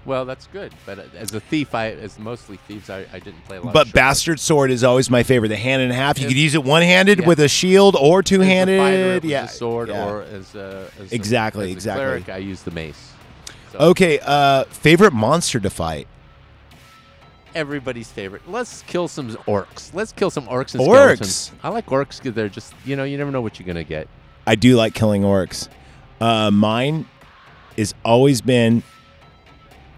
S2: Well, that's good. But uh, as a thief, I as mostly thieves, I, I didn't play a lot.
S3: but
S2: of
S3: bastard sword is always my favorite. The hand and a half. You
S2: It-
S3: could use it one handed
S2: yeah.
S3: with a shield or two
S2: As a fighter, it
S3: handed.
S2: was
S3: Yeah,
S2: a sword
S3: yeah.
S2: or as a as a-
S3: Exactly,
S2: as a
S3: exactly.
S2: Cleric, I used the mace. So
S3: Okay, uh, favorite monster to fight?
S2: everybody's favorite. Let's kill some orcs. Let's kill some orcs and
S3: Orcs!
S2: skeletons. I like orcs because they're just you know you never know what you're gonna get.
S3: I do like killing orcs. Uh, mine has always been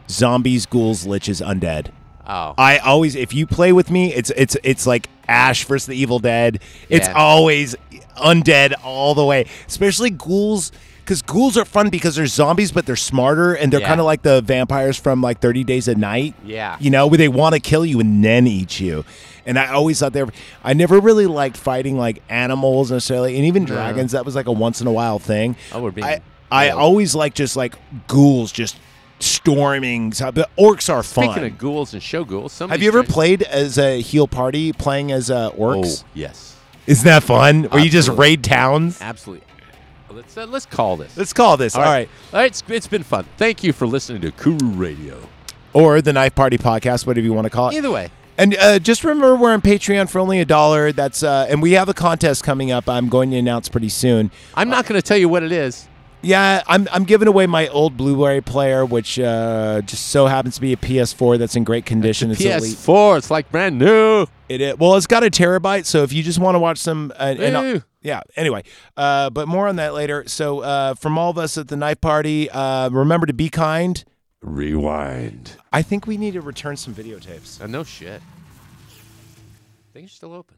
S3: zombies, ghouls, liches, undead.
S2: Oh,
S3: I always, if you play with me, it's it's it's like Ash versus the Evil Dead. It's
S2: Yeah.
S3: always undead all the way, especially ghouls. Because ghouls are fun because they're zombies, but they're smarter and they're
S2: Yeah.
S3: kind of like the vampires from like Thirty Days a Night.
S2: yeah.
S3: You know, where they want to kill you and then eat you. And I always thought they were, I never really liked fighting like animals necessarily, and even
S2: No.
S3: dragons. That was like a once in a while thing.
S2: Uh-huh. Oh, we're being.
S3: I, I
S2: yeah.
S3: always like just like ghouls just storming. so- But orcs are fun.
S2: Speaking of ghouls and show ghouls, some of
S3: Have
S2: these
S3: you ever
S2: guys-
S3: played as a heel party playing as uh, orcs?
S2: Oh, yes,
S3: Isn't that fun? Or you just
S2: Absolutely.
S3: raid towns?
S2: absolutely. Let's uh, let's call this.
S3: Let's call this. All right.
S2: All right, it's, it's been fun. Thank you for listening to Kuru Radio.
S3: Or the Knife Party podcast, whatever you want to call it.
S2: Either way,
S3: And uh, just remember, we're on Patreon for only a dollar. That's uh, and we have a contest coming up. I'm going to announce pretty soon.
S2: I'm not going to tell you what it is.
S3: Yeah, I'm I'm giving away my old Blu-ray player, which uh, just so happens to be a PS4 that's in great condition. It's elite.
S2: PS4, it's like brand new.
S3: It, it well, it's got a terabyte, so if you just want to watch some, uh, and I'll-
S2: Ew.
S3: yeah. Anyway, uh, but more on that later. So uh, from all of us at the knife party, uh, remember to be kind.
S2: Rewind.
S3: I think we need to return some videotapes.
S2: Oh, no shit. Uh, Things are still open.